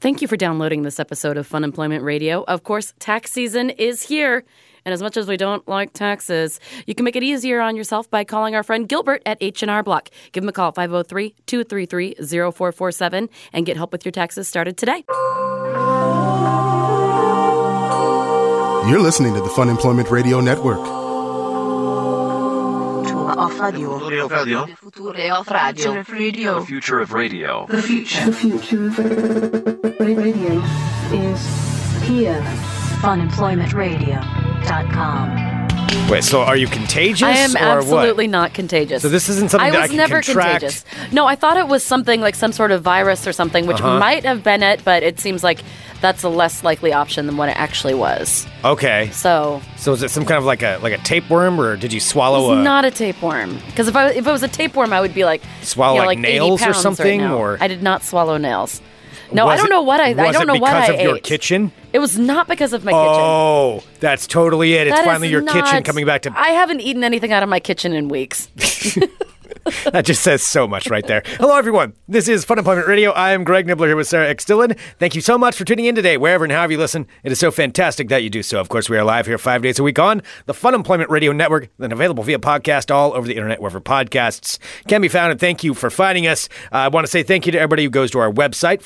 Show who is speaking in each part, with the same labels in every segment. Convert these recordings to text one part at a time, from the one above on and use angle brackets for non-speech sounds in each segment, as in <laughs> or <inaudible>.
Speaker 1: Thank you for downloading this episode of Fun Employment Radio. Of course, tax season is here. And as much as we don't like taxes, you can make it easier on yourself by calling our friend Gilbert at H&R Block. Give him a call oh at 503-233-0447 and get help with your taxes started today.
Speaker 2: You're listening to the Fun Employment Radio Network.
Speaker 3: Future of radio.
Speaker 4: Future of radio.
Speaker 3: Future of radio.
Speaker 4: The future of radio.
Speaker 3: The future.
Speaker 5: The future of radio is here.
Speaker 6: funemploymentradio.com.
Speaker 7: Wait, so are you contagious?
Speaker 1: I am
Speaker 7: or
Speaker 1: absolutely
Speaker 7: What?
Speaker 1: not contagious.
Speaker 7: So this isn't something
Speaker 1: I
Speaker 7: that
Speaker 1: was
Speaker 7: I can
Speaker 1: never
Speaker 7: contract?
Speaker 1: contagious. No, I thought it was something like some sort of virus or something, which
Speaker 7: Uh-huh.
Speaker 1: might have been it, but it seems like that's a less likely option than what it actually was.
Speaker 7: Okay,
Speaker 1: So
Speaker 7: so is it some kind of like a like a tapeworm, or did you swallow
Speaker 1: it's
Speaker 7: a?
Speaker 1: not a tapeworm. Because if I if it was a tapeworm, I would be like
Speaker 7: Swallow,
Speaker 1: you know,
Speaker 7: like,
Speaker 1: like 80
Speaker 7: nails or
Speaker 1: pounds right
Speaker 7: something,
Speaker 1: now.
Speaker 7: or-
Speaker 1: I did not swallow nails. No, I
Speaker 7: Was
Speaker 1: don't
Speaker 7: it-
Speaker 1: know what I. I
Speaker 7: was
Speaker 1: don't
Speaker 7: it
Speaker 1: know what I
Speaker 7: because of
Speaker 1: ate.
Speaker 7: your kitchen?
Speaker 1: It was not because of my kitchen.
Speaker 7: Oh, that's totally it. It's
Speaker 1: That is
Speaker 7: finally your kitchen
Speaker 1: not-
Speaker 7: coming back to.
Speaker 1: I haven't eaten anything out of my kitchen in weeks.
Speaker 7: <laughs> that just says so much right there. Hello, everyone. This is Fun Employment Radio. I am Greg Nibbler here with Sarah X. Dillon. Thank you so much for tuning in today, wherever and however you listen. It is so fantastic that you do so. Of course, we are live here five days a week on the Fun Employment Radio Network, then available via podcast all over the internet, wherever podcasts can be found. And thank you for finding us. Uh, I want to say thank you to everybody who goes to our website,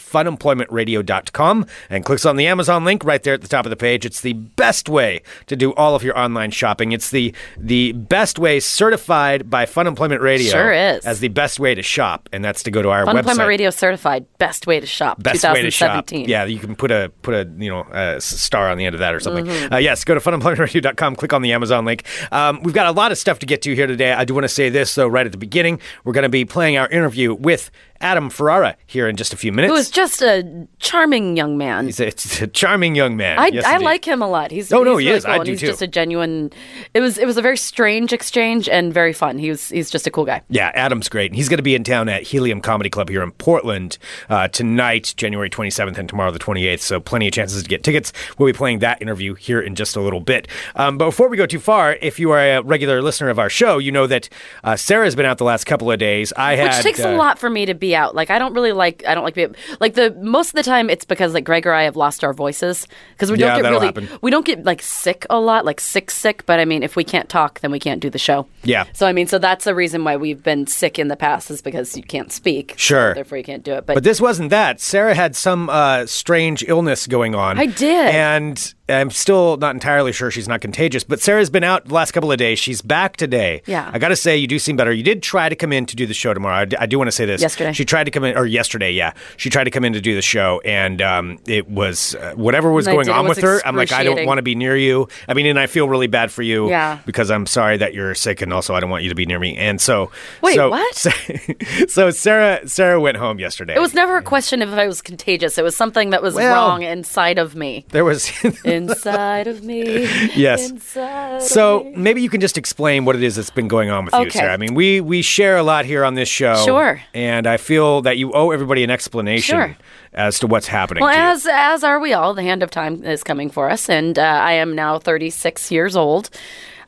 Speaker 7: funemploymentradio.com, and clicks on the Amazon link right there at the top of the page. It's the best way to do all of your online shopping. It's the the best way certified by Fun Employment Radio
Speaker 1: Sure is.
Speaker 7: as the best way to shop, and that's to go to our
Speaker 1: Fun
Speaker 7: website.
Speaker 1: Employment Radio certified best way to shop
Speaker 7: Best way to shop.
Speaker 1: 2017.
Speaker 7: Yeah, you can put a put a you know a s- star on the end of that or something.
Speaker 1: Mm-hmm.
Speaker 7: Uh, yes, go to funemploymentradio.com. Click on the Amazon link. Um, we've got a lot of stuff to get to here today. I do want to say this though, right at the beginning, we're going to be playing our interview with Adam Ferrara here in just a few minutes.
Speaker 1: Who is just a charming young man.
Speaker 7: He's a, it's a charming young man.
Speaker 1: I,
Speaker 7: Yes,
Speaker 1: I
Speaker 7: indeed.
Speaker 1: like him a lot. He's
Speaker 7: Oh, no,
Speaker 1: he's
Speaker 7: he
Speaker 1: really
Speaker 7: is.
Speaker 1: Cool
Speaker 7: I
Speaker 1: and
Speaker 7: do,
Speaker 1: he's
Speaker 7: too.
Speaker 1: just a genuine. It was it was a very strange exchange and very fun. He was he's just a cool guy.
Speaker 7: Yeah, Adam's great. And he's going to be in town at Helium Comedy Club here in Portland uh, tonight, January 27th, and tomorrow, the 28th. So, plenty of chances to get tickets. We'll be playing that interview here in just a little bit. Um, but before we go too far, if you are a regular listener of our show, you know that uh, Sarah's been out the last couple of days. I
Speaker 1: Which
Speaker 7: had,
Speaker 1: takes a
Speaker 7: uh,
Speaker 1: lot for me to be out. Like I don't really like I don't like be like the most of the time it's because like Greg or I have lost our voices because we
Speaker 7: Yeah,
Speaker 1: don't get
Speaker 7: that'll
Speaker 1: really
Speaker 7: happen.
Speaker 1: we don't get like sick a lot like sick sick. But I mean if we can't talk then we can't do the show.
Speaker 7: Yeah.
Speaker 1: So I mean so that's the reason why we've been sick in the past is because you can't speak.
Speaker 7: Sure.
Speaker 1: So therefore you can't do it.
Speaker 7: But this wasn't that. Sarah had some uh, strange illness going on.
Speaker 1: I did.
Speaker 7: And I'm still not entirely sure she's not contagious, but Sarah's been out the last couple of days. She's back today.
Speaker 1: Yeah.
Speaker 7: I got to say, you do seem better. You did try to come in to do the show tomorrow. I d- I do want to say this.
Speaker 1: Yesterday.
Speaker 7: She tried to come in, or yesterday, yeah. She tried to come in to do the show, and um, it was uh, whatever was
Speaker 1: And I
Speaker 7: going
Speaker 1: did. It
Speaker 7: on
Speaker 1: was
Speaker 7: with her. I'm like, I don't
Speaker 1: excruciating.
Speaker 7: want to be near you. I mean, and I feel really bad for you
Speaker 1: Yeah.
Speaker 7: because I'm sorry that you're sick, and also I don't want you to be near me. And so.
Speaker 1: Wait,
Speaker 7: so,
Speaker 1: what?
Speaker 7: <laughs> so Sarah Sarah went home yesterday.
Speaker 1: It was never a question of if I was contagious. It was something that was
Speaker 7: Well-
Speaker 1: wrong inside of me.
Speaker 7: there was
Speaker 1: Inside of me.
Speaker 7: <laughs> Yes.
Speaker 1: Inside of
Speaker 7: <laughs> so
Speaker 1: me.
Speaker 7: maybe you can just explain what it is that's been going on with you,
Speaker 1: Okay.
Speaker 7: Sarah. I mean, we we share a lot here on this show.
Speaker 1: Sure.
Speaker 7: And I feel that you owe everybody an explanation
Speaker 1: Sure.
Speaker 7: as to what's happening.
Speaker 1: Well,
Speaker 7: to you.
Speaker 1: as as are we all, the hand of time is coming for us, and uh, I am now 36 years old.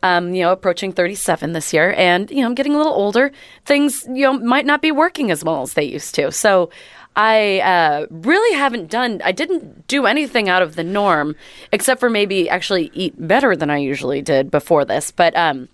Speaker 1: Um, you know, approaching 37 this year, and you know, I'm getting a little older. Things you know might not be working as well as they used to. So, I uh, really haven't done. I didn't do anything out of the norm, except for maybe actually eat better than I usually did before this. But um,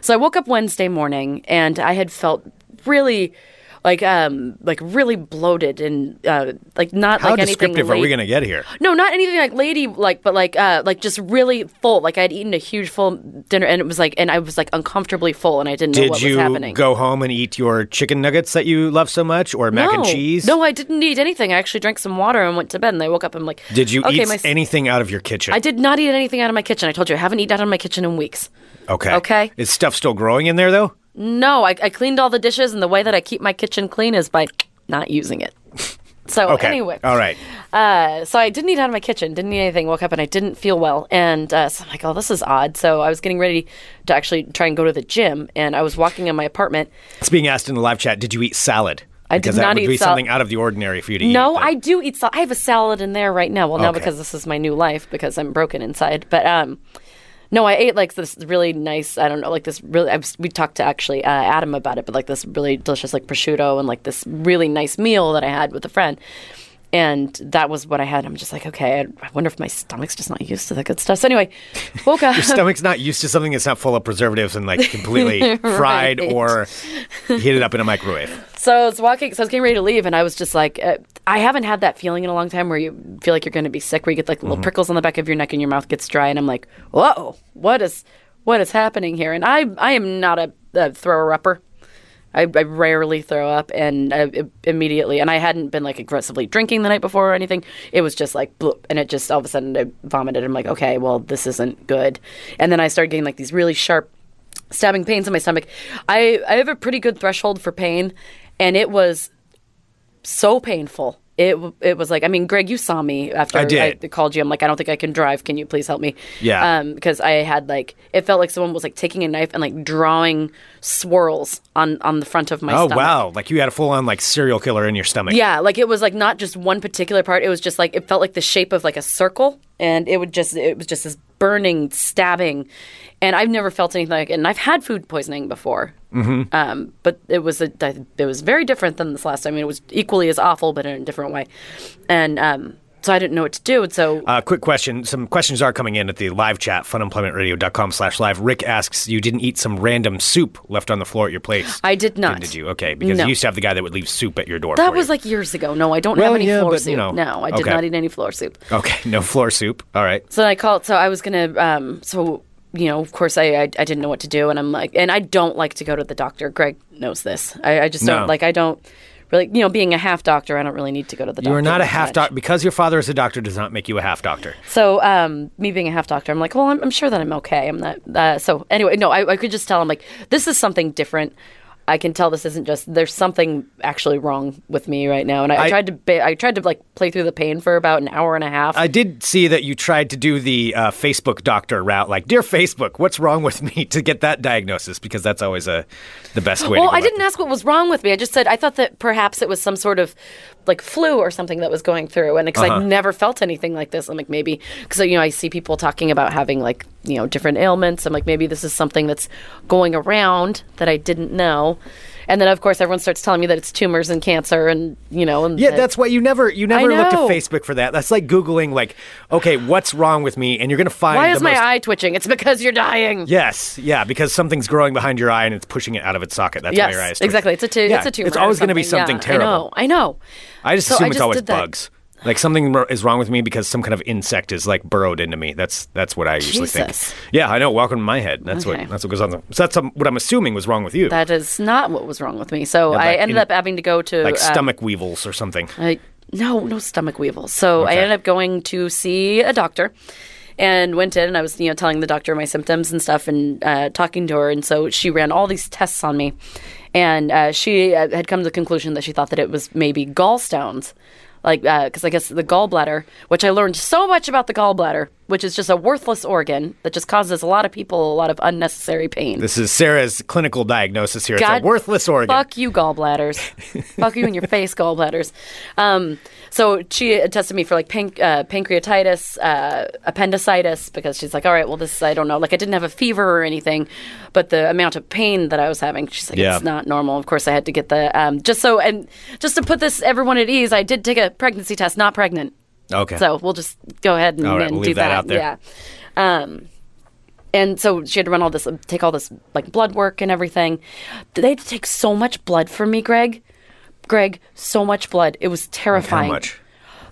Speaker 1: So I woke up Wednesday morning and I had felt really like um like really bloated and uh like not
Speaker 7: How
Speaker 1: like anything
Speaker 7: descriptive are we
Speaker 1: late-
Speaker 7: going to get here?
Speaker 1: no, not anything like lady like, but like uh like just really full. Like I'd eaten a huge full dinner and it was like and I was like uncomfortably full and I didn't know
Speaker 7: Did
Speaker 1: what
Speaker 7: you
Speaker 1: was happening.
Speaker 7: go home and eat your chicken nuggets that you love so much, or mac
Speaker 1: no.
Speaker 7: and cheese?
Speaker 1: No, I didn't eat anything. I actually drank some water and went to bed and I woke up and I'm like
Speaker 7: Did you
Speaker 1: okay,
Speaker 7: eat
Speaker 1: my s-
Speaker 7: anything out of your kitchen?
Speaker 1: I did not eat anything out of my kitchen. I told you I haven't eaten out of my kitchen in weeks.
Speaker 7: Okay.
Speaker 1: Okay.
Speaker 7: Is stuff still growing in there though?
Speaker 1: No, I, I cleaned all the dishes, and the way that I keep my kitchen clean is by not using it. So
Speaker 7: <laughs> Okay.
Speaker 1: anyway,
Speaker 7: All right.
Speaker 1: Uh, so I didn't eat out of my kitchen, didn't eat anything. Woke up and I didn't feel well, and uh, so I'm like, "Oh, this is odd." So I was getting ready to actually try and go to the gym, and I was walking in my apartment.
Speaker 7: It's being asked in the live chat. Did you eat salad?
Speaker 1: I did
Speaker 7: because that
Speaker 1: not
Speaker 7: would
Speaker 1: eat
Speaker 7: be
Speaker 1: sal-
Speaker 7: something out of the ordinary for you to eat.
Speaker 1: No,
Speaker 7: but-
Speaker 1: I do eat salad. I have a salad in there right now. Well, now
Speaker 7: Okay.
Speaker 1: because this is my new life because I'm broken inside. But um, no, I ate like this really nice. I don't know, like this really. I was, we talked to actually uh, Adam about it, but like this really delicious like prosciutto and like this really nice meal that I had with a friend. And that was what I had. I'm just like, okay, I, I wonder if my stomach's just not used to the good stuff. So anyway,
Speaker 7: <laughs>
Speaker 1: woke up.
Speaker 7: Stomach's not used to something that's not full of preservatives and like
Speaker 1: <laughs>
Speaker 7: completely fried or heated up in a microwave.
Speaker 1: So I was walking, so I was getting ready to leave, and I was just like, uh, I haven't had that feeling in a long time where you feel like you're going to be sick, where you get like little prickles on the back of your neck and your mouth gets dry, and I'm like, whoa, what is what is happening here? And I I am not a, a thrower upper. I, I rarely throw up, and I, it- immediately, and I hadn't been like aggressively drinking the night before or anything. It was just like bloop, and it just all of a sudden I vomited. I'm like, okay, well this isn't good. And then I started getting like these really sharp stabbing pains in my stomach. I, I have a pretty good threshold for pain, and it was so painful. It w- it was like I mean, Greg, you saw me after
Speaker 7: I did.
Speaker 1: called you. I'm like, I don't think I can drive. Can you please help me?
Speaker 7: Yeah.
Speaker 1: Um, because I had like it felt like someone was like taking a knife and like drawing swirls on on the front of my.
Speaker 7: Oh
Speaker 1: stomach.
Speaker 7: wow! Like you had a full on like serial killer in your stomach.
Speaker 1: Yeah, like it was like not just one particular part. It was just like it felt like the shape of like a circle, and it would just it was just this burning, stabbing, and I've never felt anything like it. And I've had food poisoning before, mm-hmm. um, but it was a it was very different than this last time. I mean, it was equally as awful, but in a different way, and um, so I didn't know what to do. And so
Speaker 7: Uh, quick question. Some questions are coming in at the live chat, funemploymentradio.com slash live. Rick asks, you didn't eat some random soup left on the floor at your place.
Speaker 1: I did not.
Speaker 7: Did you? Okay. Because
Speaker 1: No.
Speaker 7: you used to have the guy that would leave soup at your door.
Speaker 1: that
Speaker 7: for
Speaker 1: was
Speaker 7: you.
Speaker 1: like years ago. No, I don't
Speaker 7: Well,
Speaker 1: have any
Speaker 7: yeah,
Speaker 1: floor
Speaker 7: but,
Speaker 1: soup.
Speaker 7: you know.
Speaker 1: no, I did
Speaker 7: Okay.
Speaker 1: not eat any floor soup.
Speaker 7: Okay. No floor soup. All right.
Speaker 1: So then I called. So I was gonna. Um, so you know, of course, I, I I didn't know what to do, and I'm like, and I don't like to go to the doctor. Greg knows this. I, I just
Speaker 7: No.
Speaker 1: don't like. I don't really, you know, being a half doctor, I don't really need to go to the doctor.
Speaker 7: You are not a
Speaker 1: that
Speaker 7: half
Speaker 1: much.
Speaker 7: doctor. Because your father is a doctor does not make you a half doctor.
Speaker 1: So um, me being a half doctor, I'm like, well, I'm, I'm sure that I'm okay. I'm not. Uh, so anyway, no, I, I could just tell. I'm like, this is something different. I can tell this isn't just. There's something actually wrong with me right now, and I, I
Speaker 7: I-
Speaker 1: tried to. Ba- I tried to like play through the pain for about an hour and a half.
Speaker 7: I did see that you tried to do the uh, Facebook doctor route, like, dear Facebook, what's wrong with me <laughs> to get that diagnosis? Because that's always a, the best way to
Speaker 1: Well,
Speaker 7: go
Speaker 1: I
Speaker 7: about
Speaker 1: didn't ask what was wrong with me. I just said I thought that perhaps it was some sort of like flu or something that was going through. And because
Speaker 7: Uh-huh.
Speaker 1: I've never felt anything like this, I'm like, maybe, because, you know, I see people talking about having like, you know, different ailments. I'm like, maybe this is something that's going around that I didn't know. And then, of course, everyone starts telling me that it's tumors and cancer and, you know, and
Speaker 7: Yeah,
Speaker 1: that-
Speaker 7: that's why you never you never looked at
Speaker 1: know.
Speaker 7: Facebook for that. That's like googling like, okay, what's wrong with me? And you're gonna find
Speaker 1: Why
Speaker 7: the
Speaker 1: is my
Speaker 7: most-
Speaker 1: eye twitching? It's because you're dying.
Speaker 7: Yes, yeah, because something's growing behind your eye and it's pushing it out of its socket. That's why
Speaker 1: Yes,
Speaker 7: your eye is twitching.
Speaker 1: exactly. It's a, tu-
Speaker 7: Yeah,
Speaker 1: it's a tumor.
Speaker 7: It's always
Speaker 1: going to
Speaker 7: be something terrible.
Speaker 1: I know. I know.
Speaker 7: I just
Speaker 1: So
Speaker 7: assume
Speaker 1: I
Speaker 7: it's
Speaker 1: just
Speaker 7: always
Speaker 1: did that.
Speaker 7: bugs. Like something mer- is wrong with me because some kind of insect is like burrowed into me. That's that's what I usually
Speaker 1: Jesus.
Speaker 7: think. Yeah, I know. Welcome to my head. That's
Speaker 1: Okay.
Speaker 7: what that's what goes on. So that's um, what I'm assuming was wrong with you.
Speaker 1: That is not what was wrong with me. So I
Speaker 7: like
Speaker 1: ended
Speaker 7: in-
Speaker 1: up having to go to
Speaker 7: like
Speaker 1: uh,
Speaker 7: stomach weevils or something.
Speaker 1: I, no, no stomach weevils. So I
Speaker 7: Okay.
Speaker 1: ended up going to see a doctor and went in and I was, you know, telling the doctor my symptoms and stuff and uh, talking to her. And so she ran all these tests on me. And uh, she uh, had come to the conclusion that she thought that it was maybe gallstones. Like, because I guess the gallbladder, which I learned so much about the gallbladder, which is just a worthless organ that just causes a lot of people a lot of unnecessary pain.
Speaker 7: This is Sarah's clinical diagnosis here.
Speaker 1: God
Speaker 7: it's a worthless organ.
Speaker 1: Fuck you, gallbladders. fuck you in your face, gallbladders. Um, so she tested me for like panc- uh, pancreatitis, uh, appendicitis, because she's like, all right, well, this, I don't know. Like, I didn't have a fever or anything, but the amount of pain that I was having, she's like,
Speaker 7: Yeah.
Speaker 1: it's not normal. Of course, I had to get the, um, just so, and just to put this everyone at ease, I did take a pregnancy test, not pregnant.
Speaker 7: Okay.
Speaker 1: So we'll just go ahead and,
Speaker 7: All right,
Speaker 1: and
Speaker 7: we'll
Speaker 1: do
Speaker 7: leave that
Speaker 1: that.
Speaker 7: out there.
Speaker 1: Yeah. Um, and so she had to run all this, take all this like blood work and everything. They had to take so much blood from me, Greg. Greg, so much blood. It was
Speaker 7: how
Speaker 1: terrifying.
Speaker 7: much?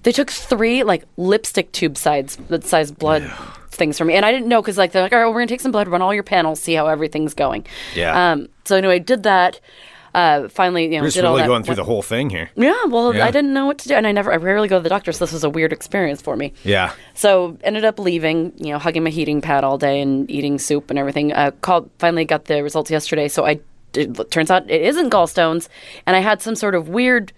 Speaker 1: They took three like lipstick tube size size blood things from me, and I didn't know because like they're like, all right, we're gonna take some blood, run all your panels, see how everything's going.
Speaker 7: Yeah.
Speaker 1: Um. So anyway, I did that. Uh. Finally, you know,
Speaker 7: We're just
Speaker 1: did all
Speaker 7: really
Speaker 1: that.
Speaker 7: going through
Speaker 1: went-
Speaker 7: the whole thing here.
Speaker 1: yeah, well,
Speaker 7: Yeah.
Speaker 1: I didn't know what to do, and I never, I rarely go to the doctor, so this was a weird experience for me.
Speaker 7: Yeah.
Speaker 1: So ended up leaving, you know, hugging my heating pad all day and eating soup and everything. Uh, called, finally got the results yesterday, so I. It turns out it isn't gallstones, and I had some sort of weird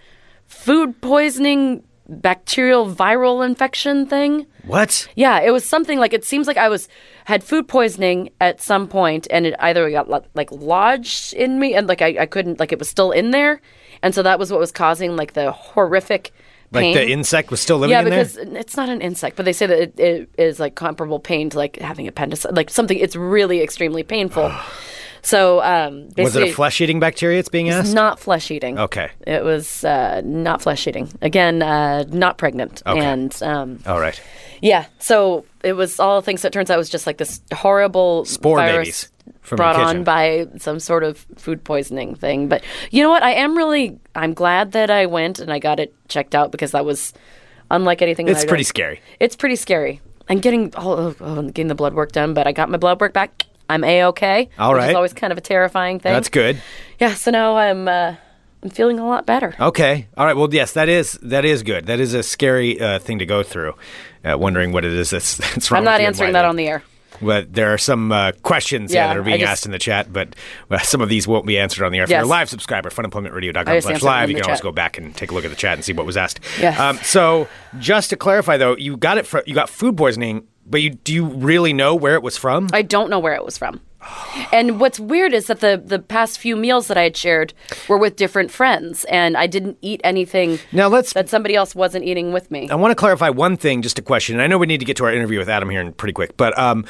Speaker 1: food poisoning, bacterial viral infection thing.
Speaker 7: What?
Speaker 1: Yeah, it was something like it seems like I was had food poisoning at some point, and it either got lo- like lodged in me, and like I, I couldn't like it was still in there, and so that was what was causing like the horrific
Speaker 7: Like
Speaker 1: pain.
Speaker 7: the insect was still living
Speaker 1: yeah,
Speaker 7: in
Speaker 1: because
Speaker 7: there?
Speaker 1: it's not an insect, but they say that it,
Speaker 7: <sighs>
Speaker 1: it is like comparable pain to like having appendicitis, like something. It's really extremely painful. So um, basically,
Speaker 7: Was it a flesh eating bacteria it's being asked?
Speaker 1: Not flesh eating.
Speaker 7: Okay.
Speaker 1: It was uh, not flesh eating. Again, uh, not pregnant.
Speaker 7: Okay.
Speaker 1: And um,
Speaker 7: All right.
Speaker 1: yeah, so it was all things that turns out was just like this horrible
Speaker 7: Spore
Speaker 1: virus
Speaker 7: babies from
Speaker 1: brought
Speaker 7: the
Speaker 1: on
Speaker 7: kitchen.
Speaker 1: by some sort of food poisoning thing. But you know what? I am really I'm glad that I went and I got it checked out because that was unlike anything. that
Speaker 7: It's
Speaker 1: I'd
Speaker 7: pretty
Speaker 1: done.
Speaker 7: scary.
Speaker 1: It's pretty scary. And getting oh, oh, oh, getting the blood work done, but I got my blood work back. I'm a okay.
Speaker 7: All
Speaker 1: which
Speaker 7: right.
Speaker 1: is always kind of a terrifying thing.
Speaker 7: That's good.
Speaker 1: Yeah, so now I'm uh, I'm feeling a lot better.
Speaker 7: Okay. All right. Well, yes, that is that is good. That is a scary uh, thing to go through, uh, wondering what it is that's, that's wrong.
Speaker 1: I'm not answering that on the air.
Speaker 7: But there are some uh, questions yeah,
Speaker 1: Yeah,
Speaker 7: that are being
Speaker 1: I just-
Speaker 7: asked in the chat, but well, some of these won't be answered on the air. If you're a
Speaker 1: Yes.
Speaker 7: live subscriber, funemploymentradio.com
Speaker 1: I just
Speaker 7: slash
Speaker 1: answered them
Speaker 7: live,
Speaker 1: in
Speaker 7: you
Speaker 1: the
Speaker 7: can always
Speaker 1: chat.
Speaker 7: go back and take a look at the chat and see what was asked. Um,
Speaker 1: Yes.
Speaker 7: so just to clarify, though, you got it. Fr- you got food poisoning, but you do you really know where it was from?
Speaker 1: I don't know where it was from. And what's weird is that the the past few meals that I had shared were with different friends, and I didn't eat anything
Speaker 7: Now, let's-
Speaker 1: that somebody else wasn't eating with me.
Speaker 7: I want to clarify one thing, just a question. And I know we need to get to our interview with Adam here in pretty quick, but um,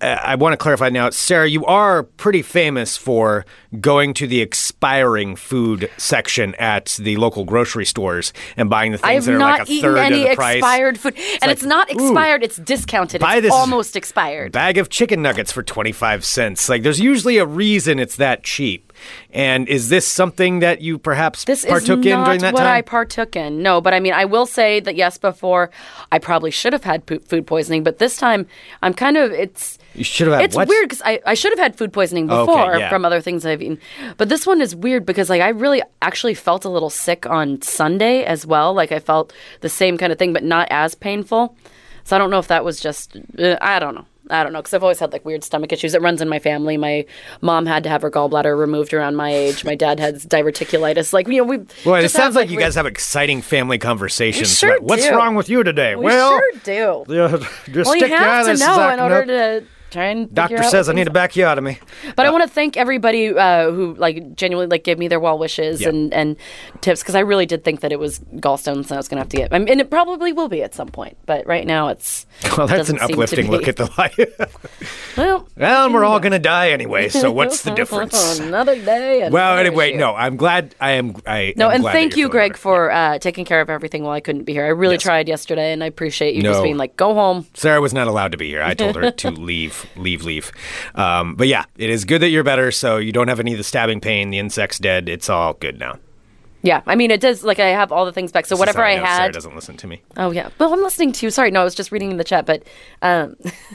Speaker 7: uh, I want to clarify now, Sarah. You are pretty famous for going to the expiring food section at the local grocery stores and buying the
Speaker 1: I
Speaker 7: things
Speaker 1: have
Speaker 7: that are
Speaker 1: not
Speaker 7: like a
Speaker 1: eaten
Speaker 7: third
Speaker 1: any
Speaker 7: of the price.
Speaker 1: expired food, and
Speaker 7: like,
Speaker 1: it's not
Speaker 7: ooh,
Speaker 1: expired; it's discounted.
Speaker 7: buy
Speaker 1: It's
Speaker 7: this-
Speaker 1: almost expired.
Speaker 7: Bag of chicken nuggets for twenty five cents. Like, there's usually a reason it's that cheap. And is this something that you perhaps
Speaker 1: This
Speaker 7: partook
Speaker 1: is
Speaker 7: in
Speaker 1: not
Speaker 7: during that
Speaker 1: what
Speaker 7: time?
Speaker 1: I partook in. No, but I mean, I will say that yes, before I probably should have had po- food poisoning, but this time I'm kind of it's.
Speaker 7: You should have had
Speaker 1: It's
Speaker 7: what?
Speaker 1: weird because I, I should have had food poisoning
Speaker 7: Okay,
Speaker 1: before
Speaker 7: yeah.
Speaker 1: from other things I've eaten, but this one is weird because like I really actually felt a little sick on Sunday as well. Like I felt the same kind of thing, but not as painful. So I don't know if that was just uh, I don't know. I don't know because I've always had like weird stomach issues. It runs in my family. My mom had to have her gallbladder removed around my age. My dad had diverticulitis. Like you know we.
Speaker 7: Well, it
Speaker 1: just
Speaker 7: sounds
Speaker 1: have,
Speaker 7: like, you
Speaker 1: weird-
Speaker 7: guys have exciting family conversations.
Speaker 1: We sure
Speaker 7: Like, What's
Speaker 1: do.
Speaker 7: wrong with you today?
Speaker 1: We
Speaker 7: well,
Speaker 1: sure do.
Speaker 7: <laughs> Yeah, just
Speaker 1: Well, you
Speaker 7: stick your
Speaker 1: have to
Speaker 7: eyelids
Speaker 1: know in
Speaker 7: acting
Speaker 1: order
Speaker 7: up.
Speaker 1: to try and. figure
Speaker 7: Doctor
Speaker 1: out
Speaker 7: says I
Speaker 1: what
Speaker 7: need a
Speaker 1: things- <laughs>
Speaker 7: bacchiotomy.
Speaker 1: But I want to thank everybody uh, who like genuinely like gave me their well wishes
Speaker 7: Yeah.
Speaker 1: and and tips because I really did think that it was gallstones and I was going to have to get. I mean, and it probably will be at some point, but right now
Speaker 7: <laughs>
Speaker 1: it's.
Speaker 7: Well, that's
Speaker 1: doesn't seem
Speaker 7: an
Speaker 1: to
Speaker 7: uplifting look
Speaker 1: be.
Speaker 7: at the life. <laughs>
Speaker 1: Well,
Speaker 7: well, and we're all going to die anyway, so
Speaker 1: <laughs>
Speaker 7: what's the difference?
Speaker 1: Another day. Another
Speaker 7: Well, anyway,
Speaker 1: issue.
Speaker 7: no, I'm glad I am. I
Speaker 1: No,
Speaker 7: am
Speaker 1: and
Speaker 7: glad
Speaker 1: thank
Speaker 7: that you're
Speaker 1: you,
Speaker 7: feeling
Speaker 1: Greg,
Speaker 7: better.
Speaker 1: for uh, taking care of everything while I couldn't be here. I really
Speaker 7: Yes.
Speaker 1: tried yesterday, and I appreciate you
Speaker 7: No.
Speaker 1: just being like, "Go home."
Speaker 7: Sarah was not allowed to be here. I told
Speaker 1: <laughs>
Speaker 7: her to leave, leave, leave. Um, but yeah, it is good that you're better, so you don't have any of the stabbing pain. The insect's dead. It's all good now.
Speaker 1: Yeah, I mean, it does. Like, I have all the things back. So
Speaker 7: This is
Speaker 1: whatever
Speaker 7: how
Speaker 1: I
Speaker 7: know Sarah
Speaker 1: had,
Speaker 7: doesn't listen to me.
Speaker 1: Oh yeah. Well, I'm listening to you. Sorry, no, I was just reading in the chat, but um, <laughs>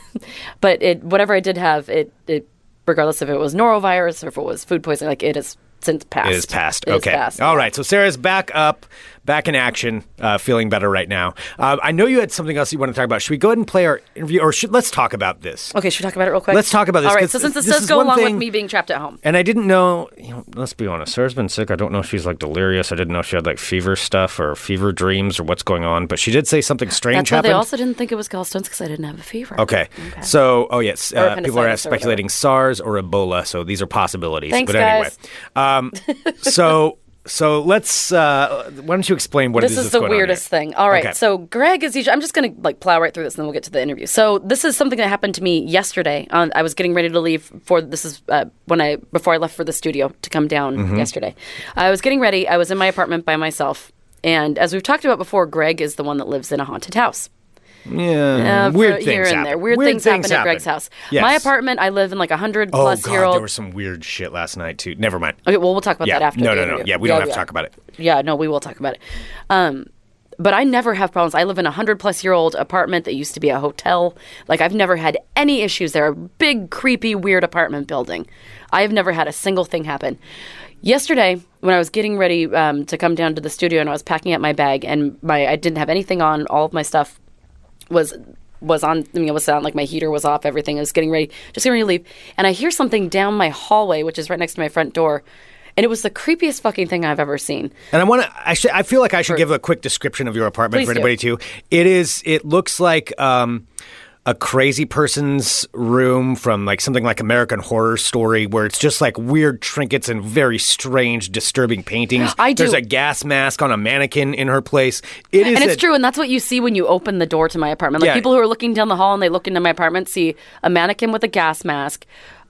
Speaker 1: but it whatever I did have, it it regardless if it was norovirus or if it was food poisoning, like it has since passed.
Speaker 7: It is past.
Speaker 1: It is
Speaker 7: okay. Oh.
Speaker 1: past.
Speaker 7: All right. So Sarah's back up, back in action, uh, feeling better right now. Uh, I know you had something else you want to talk about. Should we go ahead and play our interview, or should let's talk about this?
Speaker 1: Okay, should we talk about it real quick?
Speaker 7: Let's talk about this,
Speaker 1: All right.
Speaker 7: 'cause
Speaker 1: So since this,
Speaker 7: this
Speaker 1: does
Speaker 7: is
Speaker 1: go
Speaker 7: one
Speaker 1: along with
Speaker 7: thing-
Speaker 1: me being trapped at home,
Speaker 7: And I didn't know, you know, let's be honest, Sarah's been sick. I don't know if she's like delirious. I didn't know if she had like fever stuff or fever dreams or what's going on, but she did say something strange
Speaker 1: that's why
Speaker 7: happened.
Speaker 1: they also didn't think it was gallstones because I didn't have a fever.
Speaker 7: Okay. So, oh yes,
Speaker 1: Or
Speaker 7: uh, people are
Speaker 1: appendicitis or whatever.
Speaker 7: speculating SARS or Ebola. So these are possibilities.
Speaker 1: Thanks,
Speaker 7: but anyway, um,
Speaker 1: <laughs>
Speaker 7: so so let's. Uh, why don't you explain what it
Speaker 1: this
Speaker 7: is
Speaker 1: is
Speaker 7: that's
Speaker 1: the
Speaker 7: going on here?
Speaker 1: weirdest thing. All right,
Speaker 7: Okay.
Speaker 1: so Greg is. Usually, I'm just going to like plow right through this, and then we'll get to the interview. So this is something that happened to me yesterday. On I was getting ready to leave for this is uh, when I before I left for the studio to come down
Speaker 7: Mm-hmm.
Speaker 1: yesterday. I was getting ready. I was in my apartment by myself, and as we've talked about before, Greg is the one that lives in a haunted house.
Speaker 7: Yeah,
Speaker 1: Uh,
Speaker 7: weird
Speaker 1: for-
Speaker 7: things
Speaker 1: here and
Speaker 7: happen.
Speaker 1: there. Weird, things, happen, at Greg's house.
Speaker 7: Yes.
Speaker 1: My apartment. I live in like a hundred
Speaker 7: Oh
Speaker 1: plus
Speaker 7: god,
Speaker 1: year
Speaker 7: there
Speaker 1: old.
Speaker 7: was some weird shit last night too. Never mind.
Speaker 1: Okay, well, we'll talk about
Speaker 7: yeah.
Speaker 1: that after.
Speaker 7: no,
Speaker 1: the
Speaker 7: no, no.
Speaker 1: interview.
Speaker 7: Yeah, we don't have to talk about it.
Speaker 1: Yeah, no, we will talk about it. Um, but I never have problems. I live in a hundred plus year old apartment that used to be a hotel. Like I've never had any issues there. A big, creepy, weird apartment building. I've never had a single thing happen. Yesterday, when I was getting ready um, to come down to the studio and I was packing up my bag and my I didn't have anything on. All of my stuff was was on I mean it was on like my heater was off, everything. I was getting ready, just getting ready to leave. And I hear something down my hallway, which is right next to my front door. And it was the creepiest fucking thing I've ever seen.
Speaker 7: And I want to. I should. I feel like I should give a quick description of your apartment
Speaker 1: Please
Speaker 7: for
Speaker 1: do.
Speaker 7: anybody too. It is. It looks like um, a crazy person's room from like something like American Horror Story, where it's just like weird trinkets and very strange, disturbing paintings.
Speaker 1: I do.
Speaker 7: There's a gas mask on a mannequin in her place. It is.
Speaker 1: and it's
Speaker 7: a-
Speaker 1: true, and that's what you see when you open the door to my apartment. Like
Speaker 7: Yeah.
Speaker 1: people who are looking down the hall and they look into my apartment see a mannequin with a gas mask,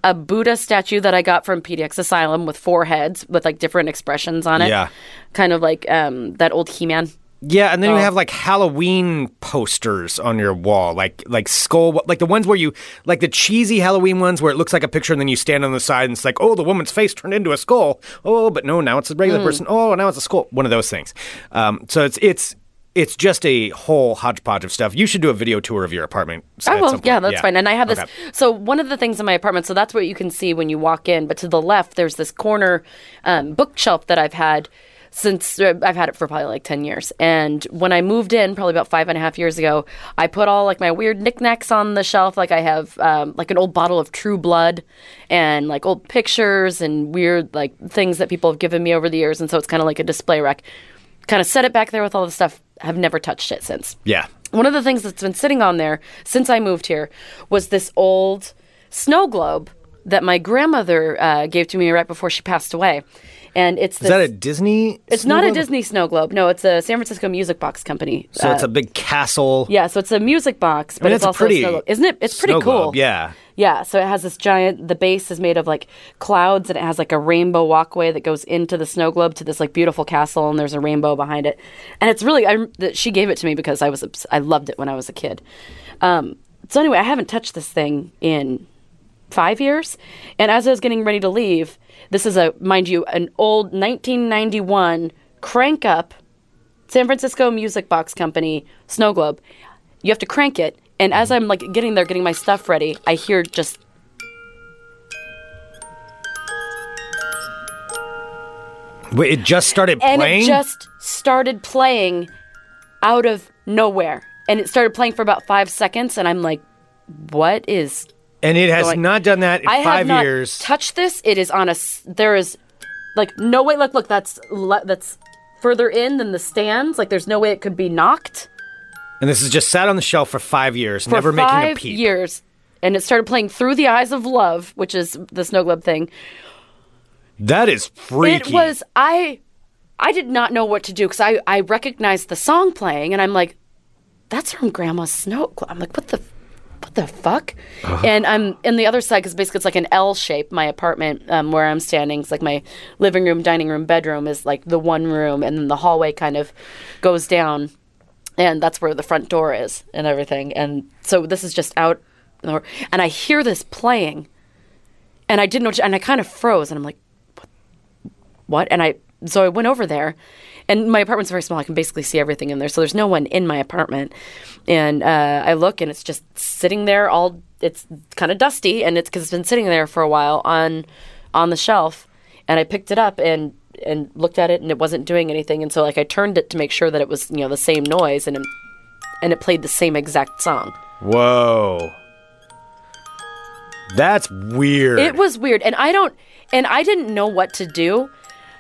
Speaker 1: a Buddha statue that I got from PDX Asylum with four heads with like different expressions on it.
Speaker 7: Yeah.
Speaker 1: Kind of like um, that old He Man.
Speaker 7: Yeah, and then
Speaker 1: Oh.
Speaker 7: you have like Halloween posters on your wall, like like skull, like the ones where you like the cheesy Halloween ones where it looks like a picture, and then you stand on the side and it's like, oh, the woman's face turned into a skull. Oh, but no, now it's a
Speaker 1: Hmm.
Speaker 7: regular person. Oh, now it's a skull. One of those things. Um, so it's it's it's just a whole hodgepodge of stuff. You should do a video tour of your apartment.
Speaker 1: I
Speaker 7: at
Speaker 1: will.
Speaker 7: some point.
Speaker 1: Oh, Yeah, that's fine. And I have this.
Speaker 7: Okay.
Speaker 1: So one of the things in my apartment. So that's what you can see when you walk in. But to the left, there's this corner um, bookshelf that I've had since uh, I've had it for probably like ten years. And when I moved in, probably about five and a half years ago, I put all like my weird knickknacks on the shelf. Like I have um, like an old bottle of True Blood and like old pictures and weird like things that people have given me over the years. And so it's kind of like a display rack. Kind of set it back there with all the stuff. Have never touched it since
Speaker 7: Yeah.
Speaker 1: one of the things that's been sitting on there since I moved here was this old snow globe that my grandmother uh, gave to me right before she passed away. And it's
Speaker 7: Is
Speaker 1: this-
Speaker 7: that a Disney?
Speaker 1: it's not a Disney snow globe. No, it's a San Francisco Music Box Company. Uh,
Speaker 7: So it's a big castle.
Speaker 1: yeah, so it's a music box, but
Speaker 7: mean,
Speaker 1: it's
Speaker 7: that's a
Speaker 1: also
Speaker 7: pretty
Speaker 1: a snow globe. Isn't it? It's pretty
Speaker 7: snow
Speaker 1: cool.
Speaker 7: globe, yeah.
Speaker 1: Yeah, so it has this giant the base is made of like clouds and it has like a rainbow walkway that goes into the snow globe to this like beautiful castle and there's a rainbow behind it. And it's really I that she gave it to me because I was obs- I loved it when I was a kid. Um so anyway, I haven't touched this thing in 5 years and as I was getting ready to leave, this is a mind you an old 1991 crank up San Francisco Music Box Company snow globe. You have to crank it, and as I'm like getting there, getting my stuff ready, I hear just.
Speaker 7: Wait, it just started
Speaker 1: And
Speaker 7: playing.
Speaker 1: it just started playing out of nowhere. And it started playing for about five seconds, and I'm like, what is.
Speaker 7: and it has
Speaker 1: going-
Speaker 7: not done that in
Speaker 1: I
Speaker 7: five
Speaker 1: have not
Speaker 7: years.
Speaker 1: touched this. It is on a. s- There is. Like, no way. Look, look, that's le- that's further in than the stands. Like, there's no way it could be knocked.
Speaker 7: and this has just sat on the shelf for five years,
Speaker 1: for
Speaker 7: never
Speaker 1: five
Speaker 7: making a peep.
Speaker 1: years, and it started playing through the eyes of love, which is the snow globe thing.
Speaker 7: That is freaky.
Speaker 1: It was I. I did not know what to do because I I recognized the song playing, and I'm like, that's from Grandma's snow globe. I'm like, what the. What the fuck? And I'm and the other side because basically it's like an L shape. My apartment um, where I'm standing, it's like my living room, dining room, bedroom is like the one room, and then the hallway kind of goes down and that's where the front door is and everything. And so this is just out, and I hear this playing, and I didn't know, and I kind of froze, and I'm like, what? And I so I went over there, and my apartment's very small. I can basically see everything in there, so there's no one in my apartment. And uh, I look, and it's just sitting there, all it's kind of dusty, and it's because it's been sitting there for a while on on the shelf. And I picked it up and and looked at it, and it wasn't doing anything. And so like I turned it to make sure that it was you know the same noise, and it, and it played the same exact song.
Speaker 7: Whoa. That's weird.
Speaker 1: It was weird, and I don't and I didn't know what to do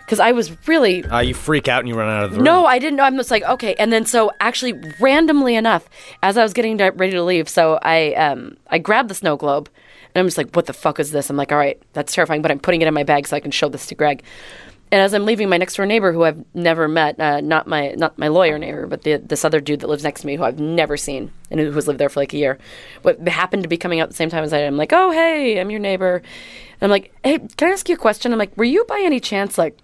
Speaker 1: because I was really
Speaker 7: Uh, you freak out and you run out of the room.
Speaker 1: No, I didn't know. I'm just like, okay. And then so actually, randomly enough, as I was getting di- ready to leave, so I um I grabbed the snow globe, and I'm just like, what the fuck is this? I'm like, all right, that's terrifying, but I'm putting it in my bag so I can show this to Greg. And as I'm leaving, my next door neighbor, who I've never met, uh, not my not my lawyer neighbor, but the, this other dude that lives next to me, who I've never seen and who's lived there for like a year, but happened to be coming out the same time as I. did. I'm like, oh hey, I'm your neighbor. And I'm like, hey, can I ask you a question? I'm like, were you by any chance like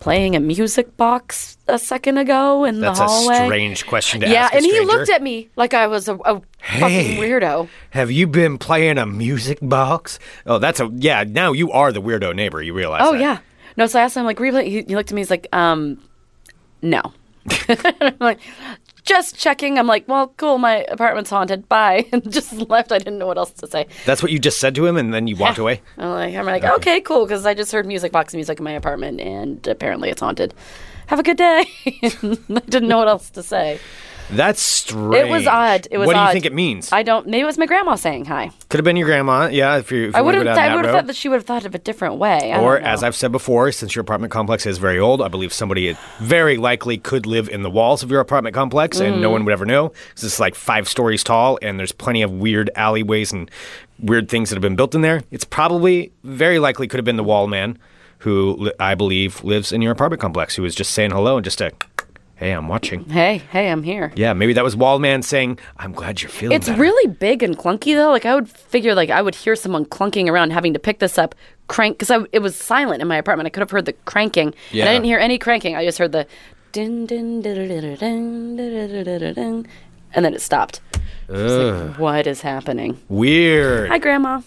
Speaker 1: playing a music box a second ago in
Speaker 7: That's
Speaker 1: the
Speaker 7: a
Speaker 1: hallway.
Speaker 7: strange question to
Speaker 1: yeah,
Speaker 7: ask. a
Speaker 1: and he
Speaker 7: stranger.
Speaker 1: looked at me like I was a, a fucking
Speaker 7: Hey.
Speaker 1: weirdo.
Speaker 7: Have you been playing a music box? Oh, that's a yeah. Now you are the weirdo neighbor. You realize?
Speaker 1: Oh
Speaker 7: that.
Speaker 1: yeah. No, so I asked him like, replay. He, he looked at me. He's like, um,
Speaker 7: <laughs>
Speaker 1: no. <laughs> I'm like, just checking. I'm like, well, cool. My apartment's haunted. Bye, <laughs> and just left. I didn't know what else to say.
Speaker 7: That's what you just said to him, and then
Speaker 1: <laughs>
Speaker 7: you walked away.
Speaker 1: I'm like, I'm like, okay, cool, because I just heard music box music in my apartment, and apparently it's haunted. Have a good day. <laughs> I didn't know what else to say.
Speaker 7: That's strange.
Speaker 1: It was odd. It was
Speaker 7: What do
Speaker 1: odd.
Speaker 7: you think it means?
Speaker 1: I don't. Maybe it was my grandma saying hi.
Speaker 7: Could have been your grandma. Yeah, if you. If you
Speaker 1: I
Speaker 7: wanna
Speaker 1: would
Speaker 7: go
Speaker 1: have.
Speaker 7: down
Speaker 1: I
Speaker 7: that
Speaker 1: would have
Speaker 7: road.
Speaker 1: thought that she would have thought of a different way. I
Speaker 7: Or,
Speaker 1: don't know.
Speaker 7: as I've said before, since your apartment complex is very old, I believe somebody very likely could live in the walls of your apartment complex and
Speaker 1: Mm.
Speaker 7: no one would ever know. 'cause It's like five stories tall and there's plenty of weird alleyways and weird things that have been built in there. It's probably very likely could have been the wall man who li- I believe lives in your apartment complex who was just saying hello and just a Hey, I'm watching.
Speaker 1: Hey, hey, I'm here.
Speaker 7: Yeah, maybe that was Wallman saying, I'm glad you're feeling
Speaker 1: It's
Speaker 7: better."
Speaker 1: really big and clunky though. Like I would figure, like I would hear someone clunking around, having to pick this up, crank because it was silent in my apartment. I could have heard the cranking, and
Speaker 7: Yeah.
Speaker 1: I didn't hear any cranking. I just heard the din din din din and then it stopped. I was like, what is happening?
Speaker 7: weird.
Speaker 1: Hi, Grandma.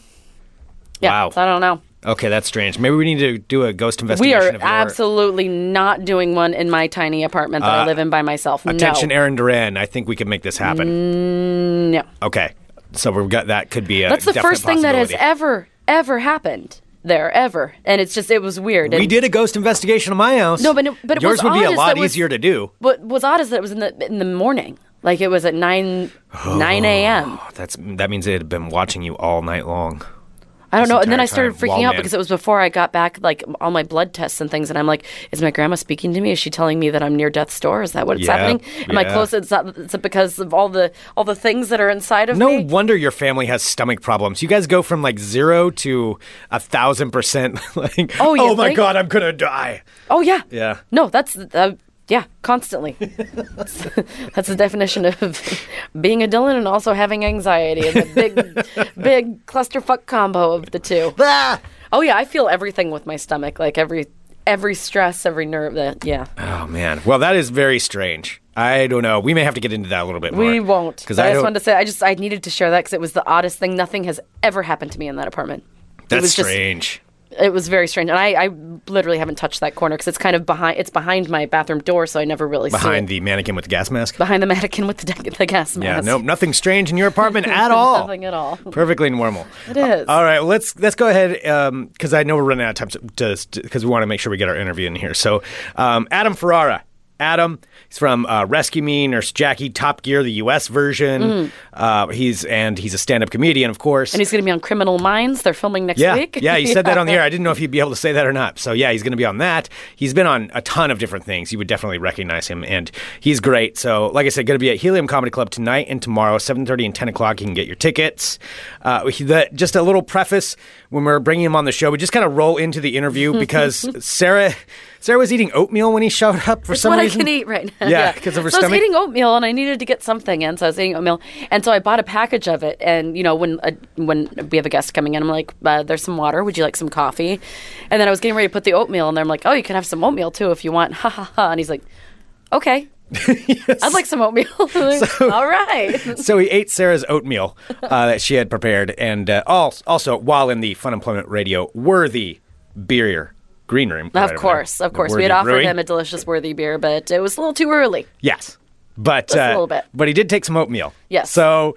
Speaker 1: Yeah,
Speaker 7: Wow.
Speaker 1: so I don't know.
Speaker 7: Okay, that's strange. Maybe we need to do a ghost
Speaker 1: We
Speaker 7: investigation.
Speaker 1: are
Speaker 7: of your-
Speaker 1: absolutely not doing one in my tiny apartment that I live in by myself.
Speaker 7: Uh, Attention,
Speaker 1: no. Mm,
Speaker 7: Aaron Duran. I think we can make this happen.
Speaker 1: no.
Speaker 7: Okay, so we've got that could be a.
Speaker 1: That's the
Speaker 7: definite
Speaker 1: first thing that has
Speaker 7: possibility.
Speaker 1: ever, ever happened there, ever. And it's just, it was weird.
Speaker 7: We
Speaker 1: And
Speaker 7: did a ghost investigation on my house.
Speaker 1: No, but it- but it
Speaker 7: yours
Speaker 1: was
Speaker 7: would be a
Speaker 1: odd is
Speaker 7: lot
Speaker 1: that was-
Speaker 7: easier to do.
Speaker 1: What was odd is that it was in the in the morning. Like it was at 9, 9 a.m.
Speaker 7: Oh, that's that means it had been watching you all night long.
Speaker 1: I don't know. And then
Speaker 7: entire
Speaker 1: I started
Speaker 7: time,
Speaker 1: freaking
Speaker 7: wall
Speaker 1: out
Speaker 7: man.
Speaker 1: because it was before I got back, like all my blood tests and things. And I'm like, is my grandma speaking to me? Is she telling me that I'm near death's door? Is that what's
Speaker 7: Yeah,
Speaker 1: happening? Am I
Speaker 7: yeah.
Speaker 1: close? It's, not, it's because of all the all the things that are inside of
Speaker 7: No
Speaker 1: me.
Speaker 7: wonder your family has stomach problems. You guys go from like zero to a thousand percent. <laughs> Like,
Speaker 1: Oh, you
Speaker 7: my
Speaker 1: think?
Speaker 7: god, I'm gonna die.
Speaker 1: Oh yeah.
Speaker 7: Yeah.
Speaker 1: No, that's uh, yeah,
Speaker 7: <laughs>
Speaker 1: constantly. <laughs> that's the definition of being a Dylan and also having anxiety. It's a
Speaker 7: <laughs>
Speaker 1: big, big clusterfuck combo of the two.
Speaker 7: Ah!
Speaker 1: Oh yeah, I feel everything with my stomach, like every every stress, every nerve. That yeah.
Speaker 7: Oh man. Well, that is very strange. I don't know. We may have to get into that a little bit more.
Speaker 1: We won't.
Speaker 7: Because
Speaker 1: But
Speaker 7: I
Speaker 1: just
Speaker 7: don't-
Speaker 1: wanted to say, I just I needed to share that because it was the oddest thing. Nothing has ever happened to me in that apartment. it
Speaker 7: That's
Speaker 1: was just-
Speaker 7: strange.
Speaker 1: It was very strange, and I, I literally haven't touched that corner because it's kind of behind. It's behind my bathroom door, so I never really see it.
Speaker 7: Behind the mannequin with the gas mask.
Speaker 1: behind the mannequin with the, de- the gas mask.
Speaker 7: Yeah. Nope. Nothing strange in your apartment
Speaker 1: <laughs>
Speaker 7: at all.
Speaker 1: Nothing at all.
Speaker 7: Perfectly normal. It
Speaker 1: is.
Speaker 7: all right, let's let's go ahead because I know we're running out of time just because we want to make sure we get our interview in here. So, um, Adam Ferrara. Adam, he's from uh, Rescue Me, Nurse Jackie, Top Gear, the U.S. version.
Speaker 1: Mm-hmm.
Speaker 7: Uh, he's and he's a stand-up comedian, of course.
Speaker 1: And he's going to be on Criminal Minds. They're filming next
Speaker 7: yeah,
Speaker 1: week.
Speaker 7: yeah, you said that
Speaker 1: <laughs>
Speaker 7: on the air. I didn't know if he'd be able to say that or not. So yeah, he's going to be on that. He's been on a ton of different things. You would definitely recognize him, and he's great. So like I said, going to be at Helium Comedy Club tonight and tomorrow, seven thirty and ten o'clock. You can get your tickets. Uh, he- the, just a little preface when we're bringing him on the show, we just kind of roll into the interview because
Speaker 1: <laughs>
Speaker 7: Sarah, Sarah was eating oatmeal when he showed up for
Speaker 1: It's
Speaker 7: some
Speaker 1: what
Speaker 7: reason.
Speaker 1: I can eat right now.
Speaker 7: Yeah, 'cause of her
Speaker 1: so I
Speaker 7: stomach?
Speaker 1: was eating oatmeal and I needed to get something in, so I was eating oatmeal, and so I bought a package of it. And you know, when uh, when we have a guest coming in, I'm like, uh, "There's some water. Would you like some coffee?" And then I was getting ready to put the oatmeal, in there. I'm like, "Oh, you can have some oatmeal too if you want." <laughs> Ha ha ha! And he's like, "Okay."
Speaker 7: <laughs>
Speaker 1: I'd like some oatmeal. <laughs> I'm like, All right.
Speaker 7: so he ate Sarah's oatmeal uh, that she had prepared, and uh, al- also while in the Fun Employment Radio worthy beer green room. right over
Speaker 1: Of
Speaker 7: there,
Speaker 1: course, of
Speaker 7: the
Speaker 1: course. We
Speaker 7: Worthy
Speaker 1: had offered
Speaker 7: Brewing.
Speaker 1: him a delicious worthy beer, but it was a little too early.
Speaker 7: yes, but uh,
Speaker 1: a little bit.
Speaker 7: But he did take some oatmeal.
Speaker 1: Yes.
Speaker 7: So.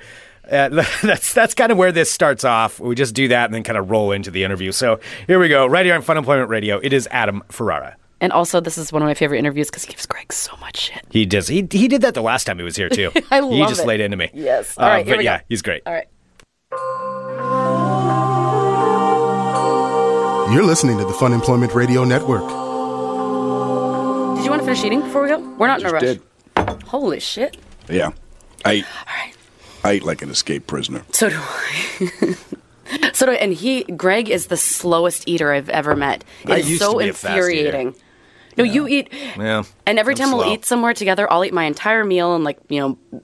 Speaker 7: Uh, <laughs> that's that's kind of where this starts off. We just do that and then kind of roll into the interview. So here we go, right here on Fun Employment Radio. It is Adam Ferrara.
Speaker 1: And also, this is one of my favorite interviews because he gives Greg so much shit.
Speaker 7: He does. He he did that the last time he was here too.
Speaker 1: <laughs> I
Speaker 7: He
Speaker 1: love
Speaker 7: just
Speaker 1: it.
Speaker 7: laid into me.
Speaker 1: Yes.
Speaker 7: Uh,
Speaker 1: All right, here
Speaker 7: but
Speaker 1: we go.
Speaker 7: yeah, he's great.
Speaker 1: All right.
Speaker 2: You're listening to the Fun Employment Radio Network.
Speaker 1: Did you want to finish eating before we go? We're not in a rush.
Speaker 6: Just
Speaker 1: Holy shit.
Speaker 6: did. Yeah. I ate,
Speaker 1: right.
Speaker 6: I ate like an escaped prisoner.
Speaker 1: So do I. so do I. <laughs> And he, Greg, is the slowest eater I've ever met.
Speaker 7: I
Speaker 1: It's
Speaker 7: used
Speaker 1: so
Speaker 7: to be a fast eater.
Speaker 1: infuriating. No, you eat.
Speaker 7: Yeah.
Speaker 1: And every
Speaker 7: I'm
Speaker 1: time
Speaker 7: slow.
Speaker 1: we'll eat somewhere together, I'll eat my entire meal in like, you know,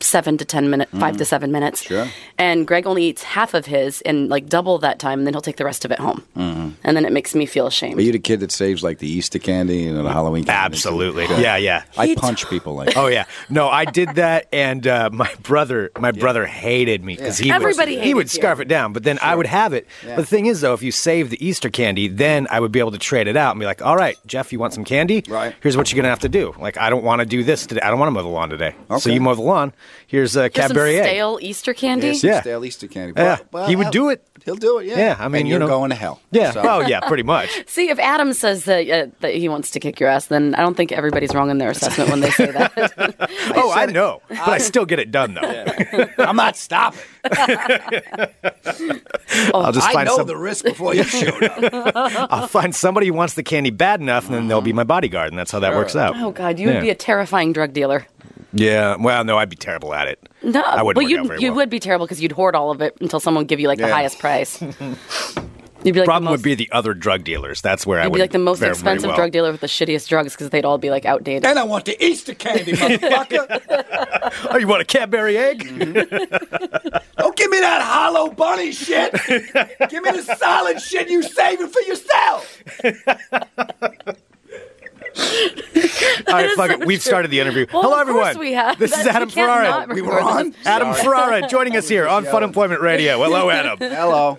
Speaker 1: seven to 10 minutes, five
Speaker 7: Mm.
Speaker 1: to seven minutes.
Speaker 6: Sure.
Speaker 1: And Greg only eats half of his and like double that time, and then he'll take the rest of it home.
Speaker 7: Mm-hmm.
Speaker 1: And then it makes me feel ashamed.
Speaker 6: Are you the kid that saves like the Easter candy and the Halloween candy?
Speaker 7: Absolutely. Yeah, yeah.
Speaker 6: I punch people like
Speaker 7: Oh yeah, no, I did that, and uh, my brother, my brother hated me because he
Speaker 1: Everybody
Speaker 7: would, he
Speaker 1: hated
Speaker 7: would
Speaker 1: you.
Speaker 7: scarf it down, but then I would have it. But the thing is, though, if you save the Easter candy, then I would be able to trade it out and be like, "All right, Jeff, you want some candy?
Speaker 6: Right.
Speaker 7: Here's what you're gonna have to do. Like, I don't want to do this today. I don't want to mow the lawn today. So
Speaker 6: Okay.
Speaker 7: you mow the lawn. Here's a
Speaker 1: There's some
Speaker 7: Cadbury egg.
Speaker 1: stale Easter candy?
Speaker 6: Yes, some
Speaker 7: Yeah.
Speaker 6: stale Easter candy.
Speaker 7: Yeah. He would
Speaker 6: I'll-
Speaker 7: do it.
Speaker 6: He'll do it. Yeah.
Speaker 7: Yeah, I mean,
Speaker 6: and
Speaker 7: you
Speaker 6: you're
Speaker 7: know.
Speaker 6: going to hell.
Speaker 7: Yeah.
Speaker 6: So-
Speaker 7: Oh yeah, pretty
Speaker 1: <laughs>
Speaker 7: much.
Speaker 1: See, if Adam says that uh, that he wants to kick your ass, then I don't think everybody's wrong in their assessment when they say
Speaker 7: <laughs>
Speaker 1: that.
Speaker 7: oh, I know, but I still get it done though.
Speaker 6: I'm not stopping.
Speaker 1: Oh,
Speaker 7: I'll <laughs> just
Speaker 6: I
Speaker 7: find
Speaker 6: know
Speaker 7: some-
Speaker 6: the risk
Speaker 7: <laughs>
Speaker 6: before you showed up.
Speaker 7: I'll find somebody who wants the candy bad enough, and then they'll be my bodyguard, and that's how that works out.
Speaker 1: oh God, you would
Speaker 7: Yeah.
Speaker 1: be a terrifying drug dealer.
Speaker 7: Yeah. Well, no, I'd be terrible at it.
Speaker 1: No,
Speaker 7: I wouldn't
Speaker 1: well,
Speaker 7: work
Speaker 1: you
Speaker 7: out very
Speaker 1: you
Speaker 7: well.
Speaker 1: would be terrible because you'd hoard all of it until someone would give you like the
Speaker 6: Yeah.
Speaker 1: highest price. You'd be like the
Speaker 7: Problem would
Speaker 1: most-
Speaker 7: be the other drug dealers. That's where I
Speaker 1: You'd
Speaker 7: would
Speaker 1: be like the most
Speaker 7: fare very
Speaker 1: expensive
Speaker 7: well.
Speaker 1: drug dealer with the shittiest drugs because they'd all be like outdated.
Speaker 6: And I want the Easter
Speaker 7: <laughs>
Speaker 6: candy, motherfucker.
Speaker 7: Oh, you want a
Speaker 1: <laughs>
Speaker 7: Cadbury egg?
Speaker 6: Don't give me that hollow bunny shit. give me
Speaker 7: <laughs>
Speaker 6: the solid shit you saving for yourself.
Speaker 7: All right, fuck it. We've started the interview.
Speaker 1: Well,
Speaker 7: Hello,
Speaker 1: Oh, of
Speaker 7: everyone.
Speaker 1: course we have.
Speaker 7: This
Speaker 1: That- <laughs>
Speaker 7: is
Speaker 1: we
Speaker 7: Adam
Speaker 1: can't
Speaker 7: Ferrara.
Speaker 1: not
Speaker 6: We were
Speaker 1: record this.
Speaker 6: on.
Speaker 7: Adam Ferrara joining us
Speaker 1: <laughs>
Speaker 7: here on Fun Employment Radio. Hello, Adam.
Speaker 6: Hello.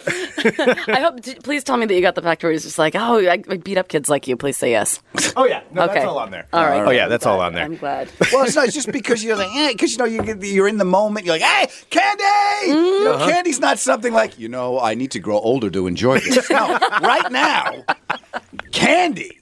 Speaker 1: I hope. d- Please tell me that you got the fact where he's just like, "Oh, I, I beat up kids like you." Please say yes.
Speaker 7: Oh yeah, no,
Speaker 1: Okay.
Speaker 7: that's all on there.
Speaker 1: All right.
Speaker 7: Oh yeah, that's all on there.
Speaker 1: I'm
Speaker 7: <laughs>
Speaker 1: glad.
Speaker 6: Well, it's not it's just because you're like, eh, because you know you get, you're in the moment. You're like, hey, candy. You know, candy's not something like you know. I need to grow older to enjoy <laughs> this. no, right now, candy.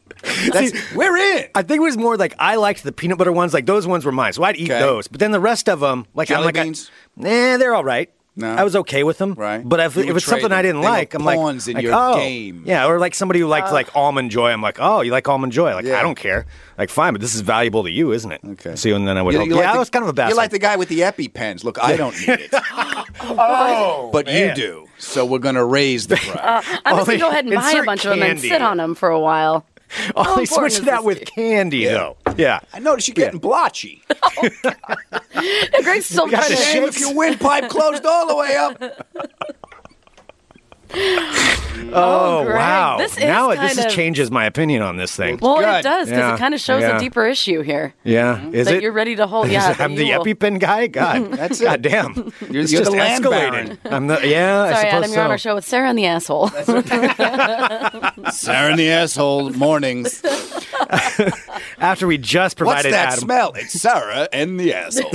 Speaker 6: That's, we're in.
Speaker 7: I think it was more like I liked the peanut butter ones. Like those ones were mine, so I'd eat
Speaker 6: Okay.
Speaker 7: those. But then the rest of them, like
Speaker 6: Jelly
Speaker 7: I'm like,
Speaker 6: beans?
Speaker 7: I, eh, they're all right.
Speaker 6: No.
Speaker 7: I was okay with them.
Speaker 6: Right.
Speaker 7: But if
Speaker 6: You
Speaker 7: if
Speaker 6: were
Speaker 7: it's something
Speaker 6: trading.
Speaker 7: I didn't
Speaker 6: They were
Speaker 7: like, I'm like,
Speaker 6: pawns in
Speaker 7: like,
Speaker 6: your
Speaker 7: oh.
Speaker 6: game. Uh.
Speaker 7: Yeah, or like somebody who liked like almond joy. I'm like, oh, you like almond joy? Like
Speaker 6: Yeah.
Speaker 7: I don't care. Like fine, but this is valuable to you, isn't it?
Speaker 6: Okay.
Speaker 7: So and then I would. hope-
Speaker 6: You- you
Speaker 7: yeah,
Speaker 6: like
Speaker 7: I
Speaker 6: the-
Speaker 7: was kind of a bastard.
Speaker 6: You're like the guy with the EpiPens. Look, I don't <laughs> need it,
Speaker 7: oh,
Speaker 6: but you
Speaker 7: man.
Speaker 6: do. So we're gonna raise <laughs> the price.
Speaker 1: I'm
Speaker 7: All
Speaker 1: just
Speaker 7: they-
Speaker 1: gonna go ahead and buy
Speaker 7: insert
Speaker 1: a bunch of them and
Speaker 7: candy.
Speaker 1: sit on them for a
Speaker 7: <laughs>
Speaker 1: while.
Speaker 7: Oh,
Speaker 1: How
Speaker 7: they
Speaker 1: important
Speaker 7: switched
Speaker 1: is
Speaker 7: it out
Speaker 1: this
Speaker 7: with
Speaker 1: to
Speaker 7: candy though. Yeah.
Speaker 6: I notice you're getting blotchy.
Speaker 1: you? Greg's still
Speaker 7: got
Speaker 1: trying to.
Speaker 7: the
Speaker 6: Shame if your windpipe closed all the way up.
Speaker 7: Oh,
Speaker 1: Greg,
Speaker 7: wow.
Speaker 1: this is
Speaker 7: now it-
Speaker 1: kind
Speaker 7: this is
Speaker 1: of-
Speaker 7: changes my opinion on this thing.
Speaker 1: Well,
Speaker 6: Good.
Speaker 1: it does because
Speaker 7: Yeah.
Speaker 1: it kind of shows
Speaker 7: Yeah.
Speaker 1: a deeper issue here
Speaker 7: yeah.
Speaker 6: mm-hmm.
Speaker 7: Is
Speaker 1: that
Speaker 7: it? <laughs>
Speaker 1: you're ready to hold.
Speaker 7: Is
Speaker 1: Yeah,
Speaker 7: it- I'm
Speaker 1: that
Speaker 7: the
Speaker 1: you will-
Speaker 7: EpiPen guy.
Speaker 6: <laughs>
Speaker 7: God, that's it. God damn,
Speaker 6: You're-
Speaker 7: It's
Speaker 6: you're
Speaker 7: just
Speaker 6: the land
Speaker 7: escalating.
Speaker 6: baron.
Speaker 7: <laughs> I'm the yeah.
Speaker 1: Sorry,
Speaker 7: I suppose
Speaker 1: Adam, you're
Speaker 7: so.
Speaker 1: on our show with Sarah and the asshole.
Speaker 6: Sarah in the asshole mornings.
Speaker 7: After we just
Speaker 6: What's
Speaker 7: provided
Speaker 6: that
Speaker 7: Adam,
Speaker 6: smell? It's Sarah and
Speaker 1: <laughs>
Speaker 6: the asshole.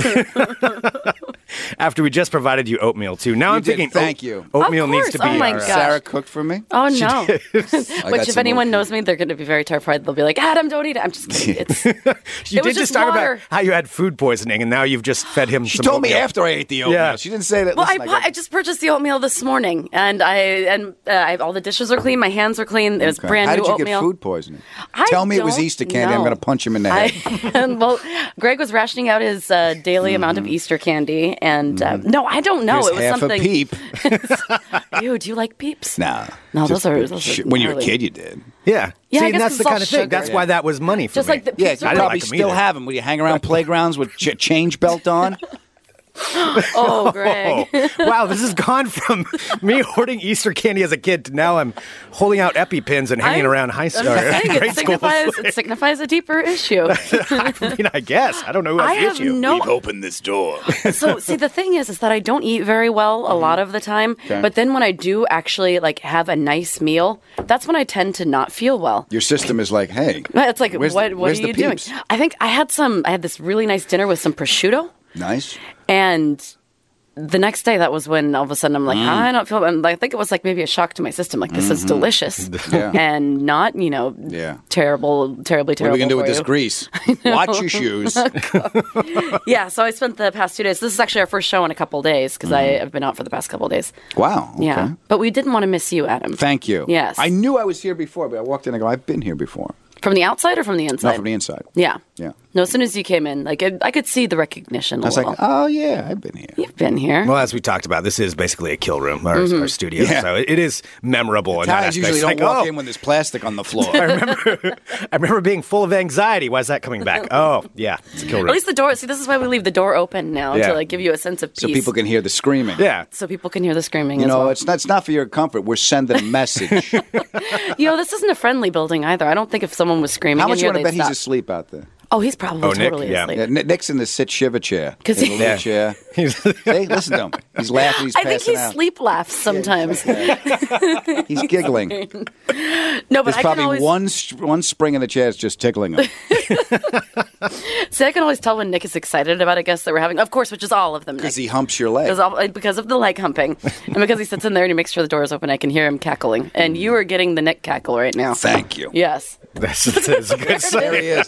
Speaker 7: after we just provided you oatmeal too. Now I'm
Speaker 6: did,
Speaker 7: thinking,
Speaker 6: thank
Speaker 7: oat-
Speaker 6: you.
Speaker 7: Oatmeal
Speaker 1: Of
Speaker 7: needs to
Speaker 1: course,
Speaker 7: be.
Speaker 1: oh my
Speaker 7: our,
Speaker 1: God.
Speaker 7: uh,
Speaker 6: Sarah cooked for me.
Speaker 1: Oh no!
Speaker 6: I got
Speaker 1: <laughs> Which, if
Speaker 6: some
Speaker 1: anyone
Speaker 6: oatmeal.
Speaker 1: knows me, they're going to be very terrified. They'll be like, "Adam, don't eat it." I'm just kidding.
Speaker 6: <laughs>
Speaker 1: It's,
Speaker 7: You
Speaker 1: It was
Speaker 7: did just
Speaker 1: just
Speaker 7: talk
Speaker 1: water.
Speaker 7: about how you had food poisoning, and now you've just fed him.
Speaker 6: She
Speaker 7: some
Speaker 6: told me
Speaker 7: oatmeal.
Speaker 6: after I ate the oatmeal.
Speaker 7: Yeah.
Speaker 6: She didn't say that.
Speaker 1: well, I,
Speaker 6: listen,
Speaker 1: bought,
Speaker 6: got-
Speaker 1: I just purchased the oatmeal this morning, and I and uh, I, all the dishes are clean. My hands are clean. It was
Speaker 6: Okay.
Speaker 1: brand
Speaker 6: How
Speaker 1: new
Speaker 6: did you
Speaker 1: oatmeal.
Speaker 6: get food poisoning?
Speaker 1: I
Speaker 6: Tell me it was
Speaker 1: don't
Speaker 6: Easter candy. I'm
Speaker 1: know.
Speaker 6: going to punch him in the head. Mm-hmm.
Speaker 1: I, and, <laughs> well, Greg was rationing out his uh, daily amount of Easter candy, and uh, no, I don't know.
Speaker 6: Here's
Speaker 1: it was
Speaker 6: half
Speaker 1: something.
Speaker 6: a
Speaker 1: <laughs>
Speaker 6: peep.
Speaker 1: Ew, do you like peeps?
Speaker 6: Nah.
Speaker 1: No,
Speaker 6: Just
Speaker 1: those are-
Speaker 6: good
Speaker 1: those are
Speaker 6: shit. when you were a
Speaker 1: gnarly.
Speaker 6: kid, you did.
Speaker 7: Yeah.
Speaker 1: Yeah,
Speaker 7: See,
Speaker 1: I
Speaker 7: and
Speaker 1: guess
Speaker 7: that's the
Speaker 1: it's all
Speaker 7: kind of thing.
Speaker 1: sugar.
Speaker 7: That's why that was money for
Speaker 1: Just
Speaker 7: me.
Speaker 1: like the <laughs>
Speaker 6: Yeah,
Speaker 1: peeps
Speaker 6: you
Speaker 1: are
Speaker 7: didn't
Speaker 6: probably
Speaker 7: like 'em
Speaker 6: still
Speaker 7: either.
Speaker 6: have them. Would you
Speaker 1: <laughs>
Speaker 6: hang around playgrounds with ch- change
Speaker 7: <laughs>
Speaker 6: belt on? <laughs>
Speaker 1: Oh, Greg.
Speaker 7: Oh, wow, this has gone from <laughs> me hoarding Easter candy as a kid to now I'm holding out EpiPens and hanging
Speaker 1: I'm-
Speaker 7: around high
Speaker 1: I'm
Speaker 7: school.
Speaker 1: just saying,
Speaker 7: <laughs> grade
Speaker 1: it
Speaker 7: school.
Speaker 1: signifies, it signifies a deeper
Speaker 6: <laughs>
Speaker 1: issue.
Speaker 7: I mean, I guess. I don't know who else
Speaker 1: I
Speaker 7: the
Speaker 1: have
Speaker 7: issue.
Speaker 1: no
Speaker 6: opened this door.
Speaker 1: so see the thing is is that i don't eat very well
Speaker 6: Mm-hmm.
Speaker 1: a lot of the time but then when i do actually like have a nice meal that's when i tend to not feel well
Speaker 6: Your system is like, hey.
Speaker 1: <laughs> it's like
Speaker 6: where's the-
Speaker 1: what what are
Speaker 6: where's the
Speaker 1: you doing
Speaker 6: peeps?
Speaker 1: i think i had some i had this really nice dinner with some prosciutto
Speaker 6: Nice.
Speaker 1: and the next day that was when all of a sudden i'm like
Speaker 6: Mm.
Speaker 1: "Ah, i don't feel and i think it was like maybe a shock to my system like this is delicious
Speaker 6: Mm-hmm. <laughs> Yeah.
Speaker 1: and not you know
Speaker 6: Yeah.
Speaker 1: terrible terribly
Speaker 6: What are
Speaker 1: terrible
Speaker 6: we going to do
Speaker 1: for
Speaker 6: with this
Speaker 1: you. <laughs>
Speaker 6: grease? Watch your shoes.
Speaker 1: yeah so i spent the past two days this is actually our first show in a couple days because
Speaker 6: Mm-hmm.
Speaker 1: i've been out for the past couple days
Speaker 6: Wow. okay.
Speaker 1: Yeah, but we didn't want to miss you, Adam.
Speaker 6: Thank you.
Speaker 1: Yes.
Speaker 6: I knew I was here before, but I walked in and I go, I've been here before.
Speaker 1: from the outside or from the inside?
Speaker 6: Not from the inside.
Speaker 1: Yeah.
Speaker 6: Yeah.
Speaker 1: No, as soon as you came in, like I, I could see the recognition.
Speaker 6: I was
Speaker 1: little.
Speaker 6: like, oh, yeah, I've been here.
Speaker 1: You've been here.
Speaker 7: Well, as we talked about, this is basically a kill room, our, our studio.
Speaker 6: Mm-hmm. Yeah.
Speaker 7: So it- it is memorable. in that
Speaker 6: Italians
Speaker 7: aspect.
Speaker 6: usually
Speaker 7: It's
Speaker 6: don't
Speaker 7: like,
Speaker 6: walk
Speaker 7: oh,
Speaker 6: in when there's
Speaker 1: <laughs>
Speaker 6: plastic on the floor.
Speaker 7: I remember, I remember being full of anxiety. Why is that coming
Speaker 6: <laughs>
Speaker 7: back? Oh, yeah, it's a kill room.
Speaker 1: At least the door. See, this is why we leave the door open now
Speaker 7: Yeah.
Speaker 1: to like give you a sense of peace,
Speaker 6: so people can hear the screaming.
Speaker 7: <laughs> yeah.
Speaker 1: so people can hear the screaming.
Speaker 6: You
Speaker 1: as
Speaker 6: know,
Speaker 1: well.
Speaker 6: it's, not, it's not for your comfort. We're
Speaker 1: <laughs>
Speaker 6: sending a message.
Speaker 1: you know, this isn't a friendly building either. I don't think if someone was screaming,
Speaker 6: How
Speaker 1: in
Speaker 6: much you
Speaker 1: here,
Speaker 6: want to bet
Speaker 1: they'd
Speaker 6: he's
Speaker 1: stop.
Speaker 6: asleep out there?
Speaker 1: Oh, he's probably
Speaker 7: Oh, Nick,
Speaker 1: totally
Speaker 7: yeah.
Speaker 1: asleep.
Speaker 6: Yeah, Nick- Nick's in the sit shiva chair.
Speaker 1: <laughs> 'Cause
Speaker 6: in
Speaker 1: he-
Speaker 6: the little
Speaker 7: Yeah. <laughs>
Speaker 6: chair. See, listen to him. He's laughing. He's
Speaker 1: I think
Speaker 6: passing
Speaker 1: he
Speaker 6: out.
Speaker 1: sleep laughs sometimes.
Speaker 6: He's
Speaker 1: <laughs>
Speaker 6: giggling.
Speaker 1: no, but
Speaker 6: There's
Speaker 1: I can
Speaker 6: probably
Speaker 1: always
Speaker 6: one sh- one spring in the chair is just
Speaker 1: <laughs>
Speaker 6: tickling him.
Speaker 1: see. I can always tell when Nick is excited about a guest that we're having. Of course, which is all of them. Nick.
Speaker 6: Because he humps your leg.
Speaker 1: Because of, because of the leg humping,
Speaker 7: <laughs>
Speaker 1: and because he sits in there and he makes sure the door is open, I can hear him cackling. And you are getting the neck cackle right now.
Speaker 6: Thank you.
Speaker 1: Yes.
Speaker 7: That's, that's a
Speaker 6: <laughs>
Speaker 7: good
Speaker 6: There
Speaker 7: sign.
Speaker 6: he is.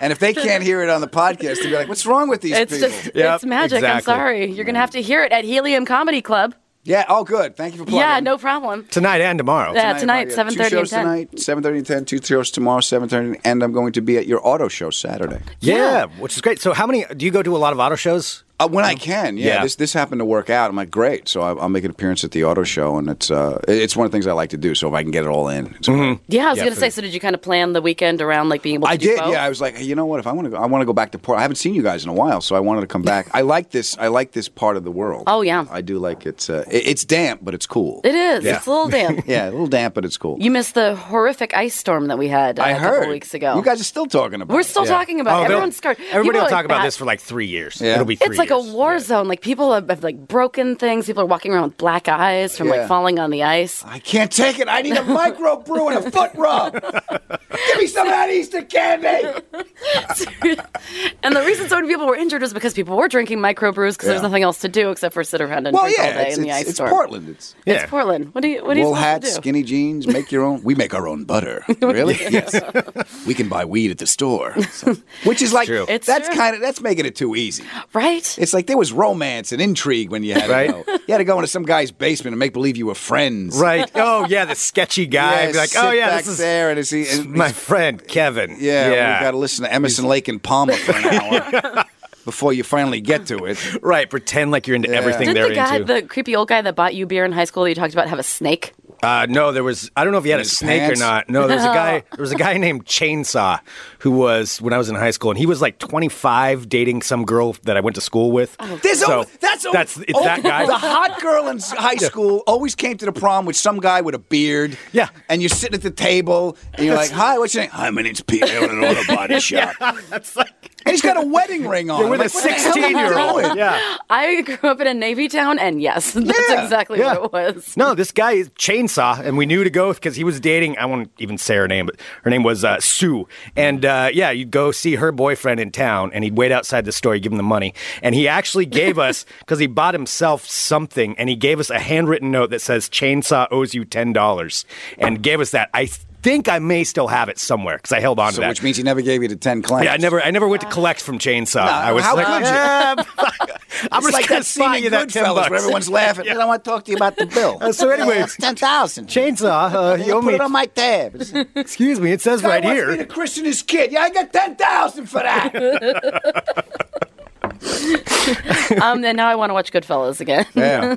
Speaker 6: And if they can't hear it on the podcast, they'll be like, what's wrong with these
Speaker 1: It's
Speaker 6: people?
Speaker 1: just,
Speaker 7: Yep,
Speaker 1: it's magic. I'm
Speaker 7: exactly.
Speaker 1: sorry. You're going to have to hear it at Helium Comedy Club.
Speaker 6: yeah, oh, good. Thank you for playing.
Speaker 1: Yeah, no problem.
Speaker 7: Tonight and tomorrow.
Speaker 1: Yeah, tonight,
Speaker 6: Tonight, yeah.
Speaker 1: 7.30
Speaker 6: Two
Speaker 1: and
Speaker 6: shows
Speaker 1: 10.
Speaker 6: tonight, 7.30 and 10, two shows tomorrow, 7.30, and I'm going to be at your auto show Saturday.
Speaker 7: Yeah, which is great. So, how many do you go to a lot of auto shows? Oh,
Speaker 6: Uh, when I can, yeah.
Speaker 7: Yeah.
Speaker 6: This this happened to work out. I'm like, great. So I, I'll make an appearance at the auto show, and it's uh, it- it's one of the things I like to do. So if I can get it all in, it's great.
Speaker 1: Yeah, I was
Speaker 7: Yeah,
Speaker 1: going to
Speaker 7: for-
Speaker 1: say. So, did you kind of plan the weekend around like being able to
Speaker 6: Mm-hmm. I
Speaker 1: do
Speaker 6: did.
Speaker 1: both?
Speaker 6: Yeah, I was like, hey, you know what? If I want to, go, I want to go back to Port. I haven't seen you guys in a while, so I wanted to come
Speaker 1: <laughs>
Speaker 6: back. I like this. I like this part of the world.
Speaker 1: Oh, yeah.
Speaker 6: I do like it. Uh, it it's damp, but it's cool.
Speaker 1: It is.
Speaker 7: Yeah.
Speaker 1: It's a little
Speaker 7: <laughs>
Speaker 1: damp.
Speaker 6: yeah, a little damp, but it's cool.
Speaker 1: You missed the horrific ice storm that we had uh,
Speaker 6: I
Speaker 1: a couple
Speaker 6: heard
Speaker 1: weeks ago.
Speaker 6: You guys are still talking about.
Speaker 1: We're
Speaker 6: it.
Speaker 1: still
Speaker 7: Yeah.
Speaker 1: talking
Speaker 7: Oh,
Speaker 1: about it.
Speaker 7: they'll-
Speaker 1: everybody scared.
Speaker 7: Everybody
Speaker 1: People
Speaker 7: will
Speaker 1: are
Speaker 7: talk about
Speaker 1: back-
Speaker 7: this for like three years.
Speaker 6: Yeah.
Speaker 7: It'll be three
Speaker 1: It's like a
Speaker 7: years.
Speaker 1: war
Speaker 7: Yeah.
Speaker 1: zone. Like people have, have like broken things. People are walking around with black eyes from
Speaker 6: Yeah.
Speaker 1: like falling on the ice.
Speaker 6: I can't take it. I
Speaker 1: <laughs>
Speaker 6: need a micro brew and a foot rub. Give me some of that
Speaker 1: <laughs>
Speaker 6: Easter candy.
Speaker 1: and the reason so many people were injured was because people were drinking microbrews because
Speaker 6: Yeah.
Speaker 1: there's nothing else to do except for sit around and
Speaker 6: Well,
Speaker 1: drink all
Speaker 6: yeah,
Speaker 1: day
Speaker 6: it's,
Speaker 1: in the
Speaker 6: it's,
Speaker 1: ice
Speaker 6: it's
Speaker 1: storm.
Speaker 6: Portland. It's
Speaker 1: It's Portland. What do you what do you
Speaker 6: wool
Speaker 1: supposed
Speaker 6: hats,
Speaker 1: to do?
Speaker 6: skinny jeans. Make your own. We make our own butter.
Speaker 1: <laughs>
Speaker 6: Really? yes. We can buy weed at the store,
Speaker 1: <laughs>
Speaker 6: So- which is like
Speaker 7: true.
Speaker 1: It's
Speaker 6: that's
Speaker 1: true.
Speaker 6: kind of that's making it too easy.
Speaker 1: Right?
Speaker 6: It's like there was romance and intrigue when you had
Speaker 7: Right.
Speaker 6: to go. You had to go into some guy's basement and make believe you were friends.
Speaker 7: <laughs> Right. Oh, yeah, the sketchy guy.
Speaker 6: Yeah,
Speaker 7: Be like,
Speaker 6: sit
Speaker 7: oh, yeah,
Speaker 6: back
Speaker 7: this is
Speaker 6: there and, it's, and
Speaker 7: my friend, Kevin.
Speaker 6: Yeah, we got to listen to Emerson, Lake, and Palmer for
Speaker 7: <laughs>
Speaker 6: an hour before you finally get to it.
Speaker 7: Right. Pretend like you're into everything
Speaker 1: Did
Speaker 7: they're
Speaker 1: the guy,
Speaker 7: into.
Speaker 1: the creepy old guy that bought you beer in high school that you talked about, have a snake?
Speaker 7: Uh, no, there was. I don't know if he had a
Speaker 6: His
Speaker 7: snake
Speaker 6: pants?
Speaker 7: or not. No, there was a guy. There was a guy named Chainsaw, who was when I was in high school, and he was like 25, dating some girl that I went to school with.
Speaker 6: There's
Speaker 7: So,
Speaker 6: al- that's al-
Speaker 7: that's it's
Speaker 6: al-
Speaker 7: that guy.
Speaker 6: The hot girl
Speaker 7: <laughs>
Speaker 6: in s- high school always came to the prom with some guy with a beard.
Speaker 7: Yeah.
Speaker 6: and you're sitting at the table and you're like, "Hi, what's your name?" Hi, my name's Peter. I own an
Speaker 7: <laughs>
Speaker 6: auto body shop.
Speaker 7: that's like
Speaker 6: And he's got a wedding ring on.
Speaker 7: you're
Speaker 6: I'm
Speaker 7: with
Speaker 6: like,
Speaker 7: a
Speaker 6: "What the hell are you
Speaker 7: 16 year
Speaker 6: doing?" <laughs>
Speaker 7: old. Yeah.
Speaker 1: I grew up in a Navy town, and yes, <laughs> that's
Speaker 6: Yeah,
Speaker 1: exactly
Speaker 7: yeah.
Speaker 1: what it was.
Speaker 7: No, this guy is chainsaw, and we knew to go because he was dating. I won't even say her name, but her name was uh, Sue. And uh, yeah, you'd go see her boyfriend in town, and he'd wait outside the store, you'd give him the money, and he actually gave us because he bought himself something, and he gave us a handwritten note that says "Chainsaw owes you ten dollars," and gave us that. I think I may still have it somewhere because I held on to
Speaker 6: So,
Speaker 7: that.
Speaker 6: which means he never gave you the ten clams.
Speaker 7: yeah, I never, I never went to collect from Chainsaw. I was
Speaker 6: how
Speaker 7: like,
Speaker 6: could you? <laughs>
Speaker 7: "Eh, I'm
Speaker 6: It's
Speaker 7: just
Speaker 6: like
Speaker 7: gonna
Speaker 6: that scene
Speaker 7: spot
Speaker 6: in
Speaker 7: you that ten
Speaker 6: Goodfellas
Speaker 7: bucks.
Speaker 6: where everyone's laughing.
Speaker 7: <laughs>
Speaker 6: I want to talk to you about the bill.
Speaker 7: Uh, so anyway-
Speaker 6: it's ten thousand.
Speaker 7: Chainsaw, uh,
Speaker 6: <laughs>
Speaker 7: you owe
Speaker 6: Put
Speaker 7: me.
Speaker 6: it on my tab.
Speaker 7: <laughs>
Speaker 6: It's-
Speaker 7: Excuse me, it says
Speaker 6: guy
Speaker 7: right
Speaker 6: wants
Speaker 7: here.
Speaker 6: me to christen his kid. Yeah, I got ten thousand for
Speaker 1: <laughs>
Speaker 6: that.
Speaker 1: Um, and now I want to watch Goodfellas again.
Speaker 6: yeah.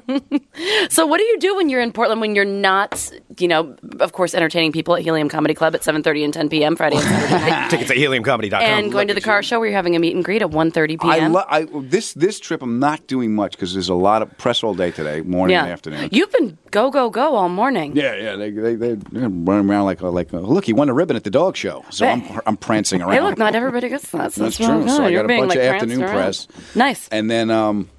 Speaker 1: So, what do you do when you're in Portland when you're not, you know, of course, entertaining people at Helium Comedy Club at 7:30 and 10 p.m. Friday and
Speaker 6: <laughs>
Speaker 1: Saturday night,
Speaker 7: Tickets at heliumcomedy.com.
Speaker 1: and going to the car show where you're having a meet and greet at 1:30
Speaker 6: <laughs> I,
Speaker 1: p.m.
Speaker 6: lo- I this this trip I'm not doing much because there's a lot of press all day today, morning and afternoon.
Speaker 1: You've been go go go all morning.
Speaker 6: yeah, yeah, they they they they're running around like like uh, look, he won a ribbon at the dog show, so I'm
Speaker 1: <laughs>
Speaker 6: I'm prancing around.
Speaker 1: Hey, look, not everybody gets that. So
Speaker 6: That's
Speaker 1: that's really
Speaker 6: true. So
Speaker 1: good.
Speaker 6: I
Speaker 1: You're
Speaker 6: got a
Speaker 1: being,
Speaker 6: bunch
Speaker 1: like,
Speaker 6: of
Speaker 1: pranced
Speaker 6: afternoon
Speaker 1: around.
Speaker 6: press.
Speaker 1: Nice.
Speaker 6: and then um,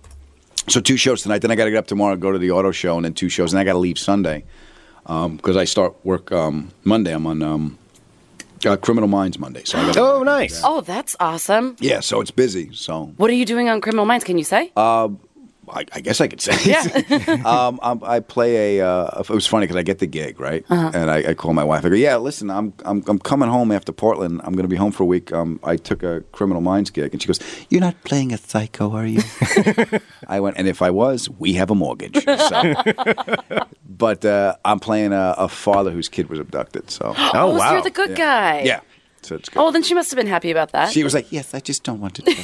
Speaker 6: so two shows tonight. Then I got to get up tomorrow, go to the auto show, and then two shows, and I got to leave Sunday because I start work um, Monday. I'm on um, uh, Criminal Minds Monday, so I gotta,
Speaker 7: Oh, nice.
Speaker 1: oh, that's awesome.
Speaker 6: yeah, so it's busy. So
Speaker 1: What are you doing on Criminal Minds? Can you say?
Speaker 6: Uh, I, I guess I could say.
Speaker 1: Yeah.
Speaker 6: <laughs> um, I'm, I play a. Uh, it was funny because I get the gig right, and I, I call my wife. I go, "Yeah, listen, I'm I'm, I'm coming home after Portland. I'm going to be home for a week. Um, I took a Criminal Minds gig, and she goes, "You're not playing a psycho, are you?" I went, and if I was, we have a mortgage. So. but uh, I'm playing a, a father whose kid was abducted. So
Speaker 7: Oh,
Speaker 1: so
Speaker 7: wow.
Speaker 1: you're the good guy.
Speaker 6: yeah, so it's good.
Speaker 1: Oh, then she must have been happy about that.
Speaker 6: She was like, "Yes, I just don't want to." Play.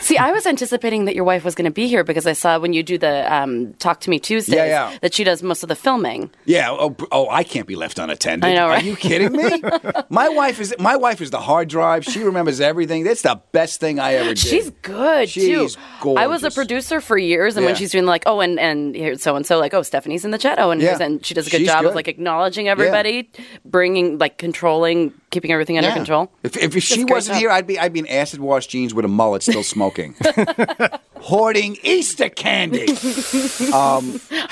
Speaker 1: See, I was anticipating that your wife was going to be here because I saw when you do the um, Talk to Me Tuesdays
Speaker 6: Yeah, yeah.
Speaker 1: that she does most of the filming.
Speaker 6: Yeah. Oh, oh, I can't be left unattended.
Speaker 1: I know, right?
Speaker 6: Are you kidding me?
Speaker 1: <laughs>
Speaker 6: my wife is my wife is the hard drive. She remembers everything. That's the best thing I ever did.
Speaker 1: She's good
Speaker 6: She's
Speaker 1: too. I was a
Speaker 6: gorgeous.
Speaker 1: producer for years, and
Speaker 6: Yeah.
Speaker 1: when she's doing like, oh, and and here's so and so, like, oh, Stephanie's in the chat. Oh, and
Speaker 6: Yeah.
Speaker 1: here's, and she does a good
Speaker 6: She's
Speaker 1: job
Speaker 6: good.
Speaker 1: of like acknowledging everybody, bringing like controlling, keeping everything under
Speaker 6: Yeah.
Speaker 1: control.
Speaker 6: If, if she
Speaker 1: great
Speaker 6: wasn't
Speaker 1: job.
Speaker 6: here, I'd be I'd be in acid wash jeans with a mullet, still smoking, <laughs> hoarding
Speaker 1: <laughs>
Speaker 6: Easter candy.
Speaker 1: <laughs>
Speaker 6: um,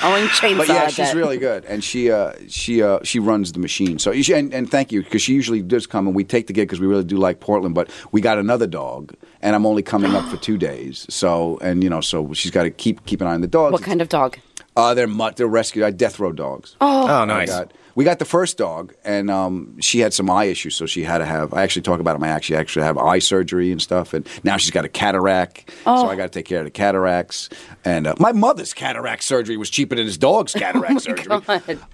Speaker 1: Owing chainsaw.
Speaker 6: but yeah,
Speaker 1: at
Speaker 6: she's
Speaker 1: that.
Speaker 6: really good, and she uh, she uh, she runs the machine. So you should- and, and thank you because she usually does come, and we take the gig because we really do like Portland. But we got another dog, and I'm only coming up for two days. So and you know, so she's got to keep keep an eye on the dogs.
Speaker 1: What kind of dog?
Speaker 6: Uh, they're mutt. They're rescue. Uh, death row dogs. Oh,
Speaker 7: Oh, nice.
Speaker 6: we got the first dog, and um, she had some eye issues, so she had to have. I actually talk about it. in My act. She actually had eye surgery and stuff, and now she's got a cataract. So I got to take care of the cataracts. And uh, my mother's cataract surgery was cheaper than his dog's cataract surgery.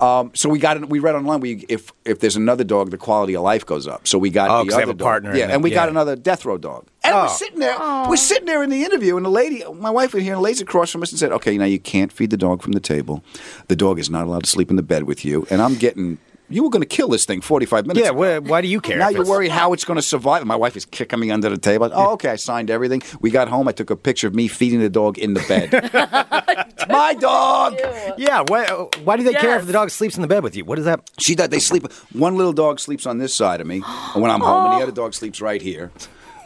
Speaker 6: Um, so we got. An, we read online. We if if there's another dog, the quality of life goes up. So we got
Speaker 7: Oh,
Speaker 6: the
Speaker 7: 'cause they have
Speaker 6: other
Speaker 7: a
Speaker 6: dog.
Speaker 7: partner in
Speaker 6: Yeah,
Speaker 7: it,
Speaker 6: and we got
Speaker 7: yeah.
Speaker 6: another death row dog. And
Speaker 7: Oh.
Speaker 6: we're sitting there, we're sitting there in the interview, and the lady, my wife was here, and the lady's across from us and said, "Okay, now you can't feed the dog from the table. The dog is not allowed to sleep in the bed with you." And I'm getting, you were going to kill this thing 45 minutes.
Speaker 7: Yeah,
Speaker 6: ago.
Speaker 7: why, why do you care?
Speaker 6: Now
Speaker 7: if
Speaker 6: you're
Speaker 7: it's-
Speaker 6: worried how it's going to survive. My wife is kicking me under the table. Oh, okay. I signed everything. We got home. I took a picture of me feeding the dog in the
Speaker 7: <laughs>
Speaker 6: bed. My dog.
Speaker 7: Yeah, why, why do they care
Speaker 1: Yes.
Speaker 7: if the dog sleeps in the bed with you? What is that?
Speaker 6: She does. They sleep. One little dog sleeps on this side of me and when I'm
Speaker 1: <gasps>
Speaker 6: home,
Speaker 1: Oh.
Speaker 6: and the other dog sleeps right here.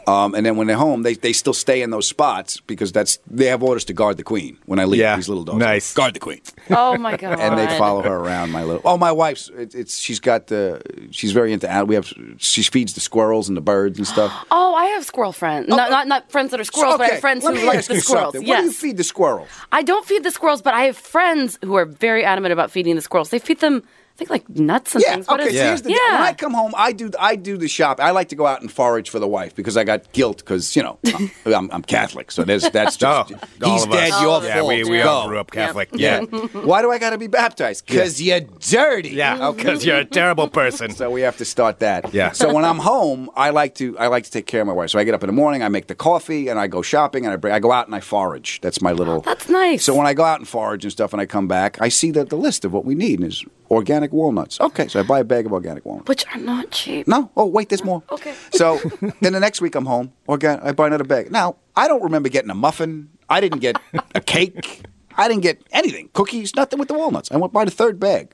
Speaker 6: Um, and then when they're home, they, they still stay in those spots because that's they have orders to guard the queen. When I leave,
Speaker 7: Yeah,
Speaker 6: these little dogs
Speaker 7: nice.
Speaker 6: guard the queen,
Speaker 1: Oh my god.
Speaker 6: <laughs> and they follow her around. My little oh, my wife's it, it's she's got the she's very into animals. We have she feeds the squirrels and the birds and stuff.
Speaker 1: Oh, I have squirrel friends. Not, not not friends that are <gasps> squirrels, but I
Speaker 6: Oh. Okay,
Speaker 1: have friends
Speaker 6: let
Speaker 1: who
Speaker 6: me
Speaker 1: like
Speaker 6: ask
Speaker 1: the
Speaker 6: you
Speaker 1: squirrels.
Speaker 6: something. What
Speaker 1: Yes.
Speaker 6: do you feed the squirrels?
Speaker 1: I don't feed the squirrels, but I have friends who are very adamant about feeding the squirrels. They feed them, I think, like nuts and
Speaker 6: Yeah,
Speaker 1: things.
Speaker 6: okay.
Speaker 1: What is-
Speaker 6: so Here's the deal. When I come home, I do I do the shop. I like to go out and forage for the wife because I got guilt because you know
Speaker 7: <laughs>
Speaker 6: I'm, I'm, I'm Catholic, so there's that's
Speaker 7: Oh,
Speaker 6: <laughs> just he's dead. Your fault.
Speaker 7: Yeah, we, we all
Speaker 6: Go.
Speaker 7: grew up Catholic.
Speaker 6: Yeah.
Speaker 7: Yeah.
Speaker 6: <laughs> Why do I got to be baptized? Because you're dirty.
Speaker 7: <laughs> Yeah,
Speaker 6: Okay.
Speaker 7: because you're a terrible person.
Speaker 6: So we have to start that.
Speaker 7: Yeah.
Speaker 6: So when I'm home, I like to I like to take care of my wife. So I get up in the morning, I make the coffee, and I go shopping, and I bring, I go out and I forage. That's my
Speaker 7: <gasps>
Speaker 6: little.
Speaker 1: That's nice.
Speaker 6: So when I go out and forage and stuff, and I come back, I see that the list of what we need is organic walnuts. Okay, so I buy a bag of organic walnuts.
Speaker 1: which are not cheap.
Speaker 6: No. Oh, wait, there's more.
Speaker 1: Okay.
Speaker 6: So then the next week I'm home. Or got, I buy another bag. Now I don't remember getting a muffin. I didn't get a cake. I didn't get anything. Cookies. Nothing with the walnuts. I went by the third bag,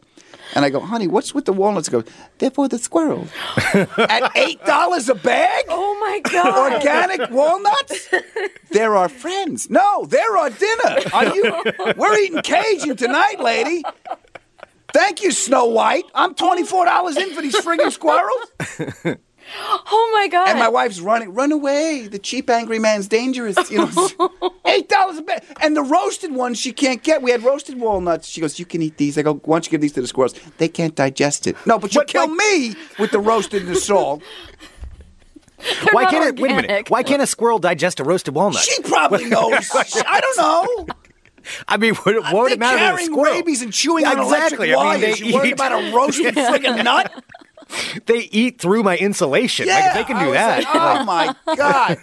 Speaker 6: and I go, honey, what's with the walnuts? She Goes, they're for the
Speaker 1: <laughs>
Speaker 6: squirrel. At eight dollars a bag.
Speaker 1: Oh my god.
Speaker 6: Organic walnuts? They're our friends. No, they're our dinner. Are you? We're eating Cajun tonight, lady. Thank you, Snow White. I'm twenty-four dollars in for these friggin' squirrels.
Speaker 1: Oh my god.
Speaker 6: And my wife's running, run away. The cheap angry man's dangerous.
Speaker 7: <laughs>
Speaker 6: You know, eight dollars a bag. And the roasted ones she can't get. We had roasted walnuts. She goes, you can eat these. I go, why don't you give these to the squirrels? They can't digest it. No, but you
Speaker 7: But,
Speaker 6: kill
Speaker 7: like-
Speaker 6: me with the roasted and
Speaker 7: <laughs>
Speaker 6: the salt.
Speaker 7: Why
Speaker 1: not
Speaker 7: can't it, wait a minute?
Speaker 1: organic.
Speaker 7: Why can't a squirrel digest a roasted walnut?
Speaker 6: She
Speaker 7: <laughs>
Speaker 6: probably knows. I don't know.
Speaker 7: I mean, what, what would
Speaker 6: They're
Speaker 7: it matter to the
Speaker 6: carrying
Speaker 7: squirrel?
Speaker 6: rabies and chewing
Speaker 7: Yeah,
Speaker 6: on
Speaker 7: exactly.
Speaker 6: electric
Speaker 7: I mean,
Speaker 6: wires.
Speaker 7: they
Speaker 6: you worried
Speaker 7: eat-
Speaker 6: about a
Speaker 7: <laughs>
Speaker 6: roasted friggin' nut?
Speaker 7: They eat through my insulation. like if they can
Speaker 6: I
Speaker 7: do
Speaker 6: was
Speaker 7: that.
Speaker 6: like, oh
Speaker 7: <laughs>
Speaker 6: my god!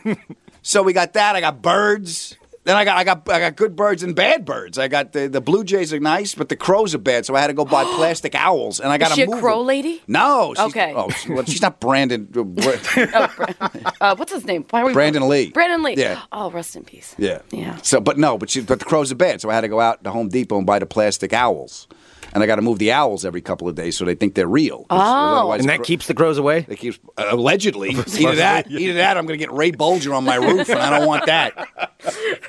Speaker 6: So we got that. I got birds. Then I got I got I got good birds and bad birds. I got the, the blue jays are nice, but the crows are bad. So I had to
Speaker 7: <gasps>
Speaker 6: go buy plastic owls, and I got
Speaker 1: Is she a
Speaker 6: move
Speaker 1: crow
Speaker 6: them.
Speaker 1: lady?
Speaker 6: No. She's,
Speaker 1: Okay.
Speaker 6: Oh, she- well, she's not uh, Brandon.
Speaker 1: <laughs> Oh, Bra- uh, what's his name? Why are we
Speaker 6: Brandon Lee.
Speaker 1: Brandon Lee.
Speaker 6: Yeah.
Speaker 1: Oh, rest in peace.
Speaker 6: Yeah.
Speaker 1: Yeah.
Speaker 6: So, but no, but she, but the crows are bad. So I had to go out to Home Depot and buy the plastic owls, and I got to move the owls every couple of days so they think they're real. Oh.
Speaker 7: and that keeps the crows away?
Speaker 6: It keeps uh,
Speaker 7: <laughs>
Speaker 6: allegedly either that, either that. I'm going to get Ray Bulger on my roof, and I don't want that.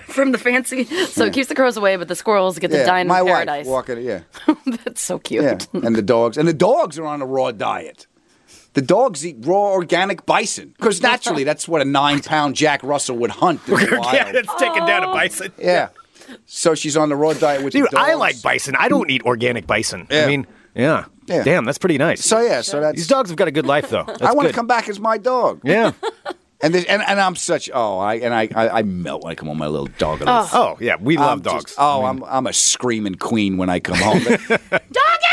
Speaker 1: From the fancy. <laughs> So it keeps the crows away, but <laughs> the squirrels get to dine in
Speaker 6: my
Speaker 1: paradise.
Speaker 6: wife walking. Yeah,
Speaker 1: <laughs> That's so cute.
Speaker 6: yeah, and the dogs, and the dogs are on a raw diet. The dogs eat raw organic bison
Speaker 1: <laughs>
Speaker 6: because naturally that's what a nine-pound Jack Russell would hunt in the
Speaker 7: <laughs>
Speaker 6: wild.
Speaker 7: yeah, it's taking down a bison.
Speaker 6: Yeah. So she's on the raw diet with
Speaker 7: Dude,
Speaker 6: the dogs.
Speaker 7: I like bison. I don't eat organic bison. I
Speaker 6: Yeah.
Speaker 7: mean, yeah.
Speaker 6: Yeah.
Speaker 7: Damn, that's pretty nice.
Speaker 6: So yeah, so that's.
Speaker 7: These dogs have got a good life, though. That's
Speaker 6: I want to
Speaker 7: good.
Speaker 6: come back as my dog.
Speaker 7: <laughs>
Speaker 6: <laughs>
Speaker 7: Yeah.
Speaker 6: And, this, and and I'm such oh I and I I, I melt when I come on my little dog. Oh,
Speaker 7: Oh, yeah. We love
Speaker 6: I'm
Speaker 7: dogs.
Speaker 6: just- oh, I'm I'm a screaming queen when I
Speaker 7: <laughs>
Speaker 6: come home. Doggies!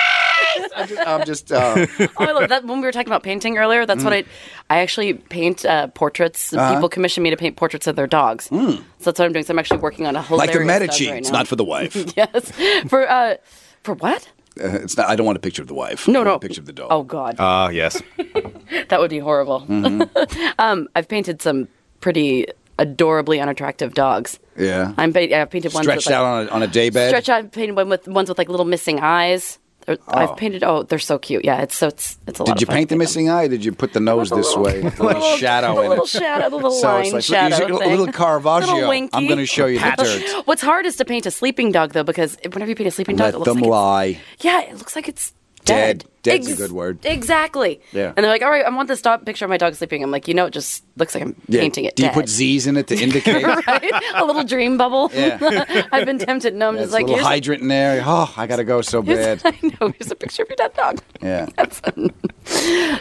Speaker 6: I'm just, I'm just uh,
Speaker 1: <laughs> Oh, I love that. When we were talking about painting earlier, that's
Speaker 6: Mm.
Speaker 1: what I, I actually paint uh, portraits.
Speaker 6: Uh-huh.
Speaker 1: People commission me to paint portraits of their dogs. So that's what I'm doing. So I'm actually working on a whole
Speaker 6: Mm. like the Medici. it's not for the wife.
Speaker 1: <laughs> yes for uh for what?
Speaker 6: Uh, it's not. I don't want a picture of the wife. I
Speaker 1: No,
Speaker 6: want
Speaker 1: no.
Speaker 6: A picture of the dog.
Speaker 1: Oh God,
Speaker 6: Uh.
Speaker 7: Ah, yes.
Speaker 1: that would be horrible.
Speaker 6: Mm-hmm.
Speaker 1: <laughs> um, I've painted some pretty adorably unattractive dogs.
Speaker 6: yeah.
Speaker 1: I'm pa- I've painted ones
Speaker 6: stretched
Speaker 1: with, like,
Speaker 6: out on a, on a day bed.
Speaker 1: Stretch out. I've painted one with ones with like little missing eyes. They're- I've painted. Oh, they're so cute. Yeah, it's so it's it's a lot.
Speaker 6: Did you
Speaker 1: of fun
Speaker 6: paint
Speaker 1: to
Speaker 6: the missing eye? Or did you put the nose
Speaker 1: With a
Speaker 6: this
Speaker 1: little- <laughs>
Speaker 6: way?
Speaker 1: with
Speaker 6: A little shadow
Speaker 1: a
Speaker 6: in
Speaker 1: little
Speaker 6: it.
Speaker 1: shadow, the little
Speaker 6: so
Speaker 1: line
Speaker 6: it's like
Speaker 1: shadow
Speaker 6: you should-
Speaker 1: thing.
Speaker 6: a little Caravaggio.
Speaker 1: Little winky.
Speaker 6: I'm going to show you the
Speaker 1: <laughs>
Speaker 6: dirt.
Speaker 1: What's hard is to paint a sleeping dog though, because whenever you paint a sleeping dog, it
Speaker 6: Let
Speaker 1: looks
Speaker 6: them
Speaker 1: like it's-
Speaker 6: lie.
Speaker 1: yeah, it looks like it's
Speaker 6: Dead.
Speaker 1: dead.
Speaker 6: Dead's a good word.
Speaker 1: Exactly.
Speaker 6: Yeah.
Speaker 1: And they're like, all right, I want this dog picture of my dog sleeping. I'm like, you know, it just looks like I'm
Speaker 6: Yeah.
Speaker 1: painting it
Speaker 6: Do you
Speaker 1: dead.
Speaker 6: put Z's in it
Speaker 1: <laughs>
Speaker 6: to indicate? <laughs>
Speaker 1: right? A little dream bubble.
Speaker 6: Yeah.
Speaker 1: <laughs> I've been tempted. No, I'm
Speaker 6: There's
Speaker 1: just like,
Speaker 6: a little
Speaker 1: here's,
Speaker 6: hydrant in there. Oh, I got to go so bad.
Speaker 1: here's, <laughs> I know, here's a picture of your dead dog.
Speaker 6: Yeah.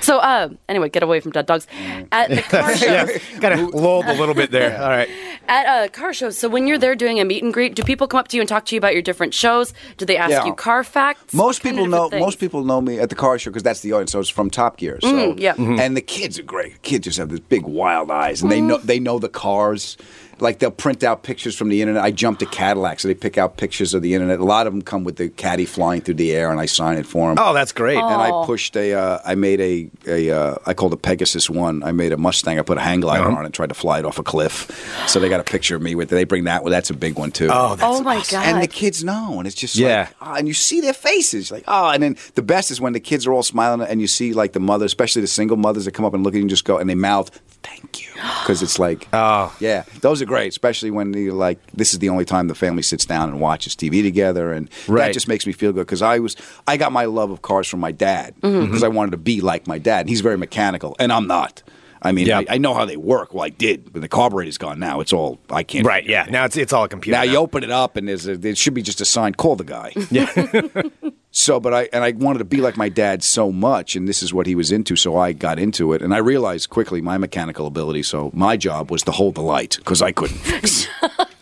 Speaker 1: So, uh, anyway, get away from dead dogs.
Speaker 6: Mm.
Speaker 1: At the
Speaker 6: <laughs>
Speaker 1: car shows,
Speaker 7: Got to lolled a little bit there. All right.
Speaker 1: at uh, car shows. So when you're there doing a meet and greet, do people come up to you and talk to you about your different shows? Do they ask
Speaker 6: Yeah.
Speaker 1: you car facts?
Speaker 6: Most
Speaker 1: Kind
Speaker 6: people
Speaker 1: of
Speaker 6: know.
Speaker 1: different
Speaker 6: Most
Speaker 1: things.
Speaker 6: people know me at the car show because that's the audience. So it's from Top Gear. So
Speaker 1: yeah. Mhm.
Speaker 6: and the kids are great. kids just have these big wild eyes,
Speaker 1: Mm-hmm.
Speaker 6: and they know they know the cars. Like they'll print out pictures from the internet. I jumped to Cadillac, so they pick out pictures of the internet. A lot of them come with the caddy flying through the air, and I sign it for them.
Speaker 7: Oh, that's great.
Speaker 6: And I pushed a, uh, I made a, a uh, I called a Pegasus one. I made a Mustang. I put a hang
Speaker 7: Uh-huh.
Speaker 6: glider on it and tried to fly it off a cliff. So they got a picture of me with it. They bring that one. That's a big one too.
Speaker 7: Oh, that's <laughs>
Speaker 1: oh my god!
Speaker 6: And the kids know, and it's just
Speaker 7: Yeah.
Speaker 6: yeah. and you see their faces, like oh. And then the best is when the kids are all smiling, and you see like the mother, especially the single mothers that come up and look at you and just go, and they mouth, "Thank you," because it's like, oh, yeah, those are great, especially when you like this is the only time the family sits down and watches TV together, and
Speaker 7: Right.
Speaker 6: that just makes me feel good because I was I got my love of cars from my dad because
Speaker 7: Mm-hmm.
Speaker 6: I wanted to be like my dad. And he's very mechanical, and I'm not. I mean,
Speaker 7: Yeah.
Speaker 6: I, I know how they work. Well, I did, but the carburetor's gone now. It's all I can't.
Speaker 7: right.
Speaker 6: figure it
Speaker 7: Yeah. Now it's it's all a computer.
Speaker 6: now
Speaker 7: now.
Speaker 6: you open it up and there's a, there should be just a sign call the guy yeah <laughs> so but i and i wanted to be like my dad so much and this is what he was into so i got into it and i realized quickly my mechanical ability so my job was to hold the light because i couldn't fix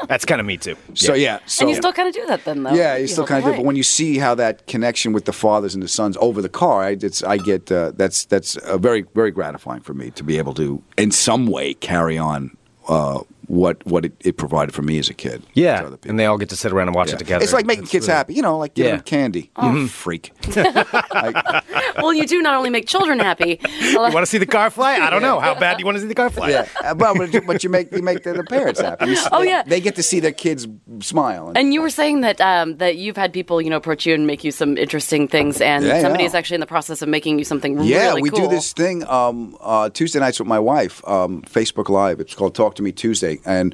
Speaker 7: that's kind of me too.
Speaker 6: so
Speaker 7: Yeah.
Speaker 6: yeah so
Speaker 1: and you still kind of do that then, though.
Speaker 6: yeah, you still kind of do. it, But when you see how that connection with the fathers and the sons over the car, I, it's, I get uh, that's that's uh, very very gratifying for me to be able to, in some way, carry on uh, what what it, it provided for me as a kid. to
Speaker 7: Yeah.
Speaker 6: other people.
Speaker 7: And they all get to sit around and watch
Speaker 6: Yeah.
Speaker 7: it together.
Speaker 6: It's like making kids happy, you know, like giving
Speaker 7: Yeah.
Speaker 6: them candy. You freak. Like,
Speaker 1: well, you do not only make children happy.
Speaker 7: You want to see the car fly? I don't know. How bad do you want to see the car fly?
Speaker 6: <laughs> yeah, Uh, but but you, but you make you make the, the parents happy. You s-
Speaker 1: <laughs> Oh,
Speaker 6: they,
Speaker 1: yeah.
Speaker 6: they get to see their kids smile. And,
Speaker 1: And you were saying that um, that you've had people, you know, approach you and make you some interesting things, and
Speaker 6: Yeah, I
Speaker 1: somebody
Speaker 6: know.
Speaker 1: is actually in the process of making you something
Speaker 6: yeah,
Speaker 1: really
Speaker 6: we
Speaker 1: cool.
Speaker 6: do this thing um, uh, Tuesday nights with my wife, um, Facebook Live. It's called Talk to Me Tuesday, and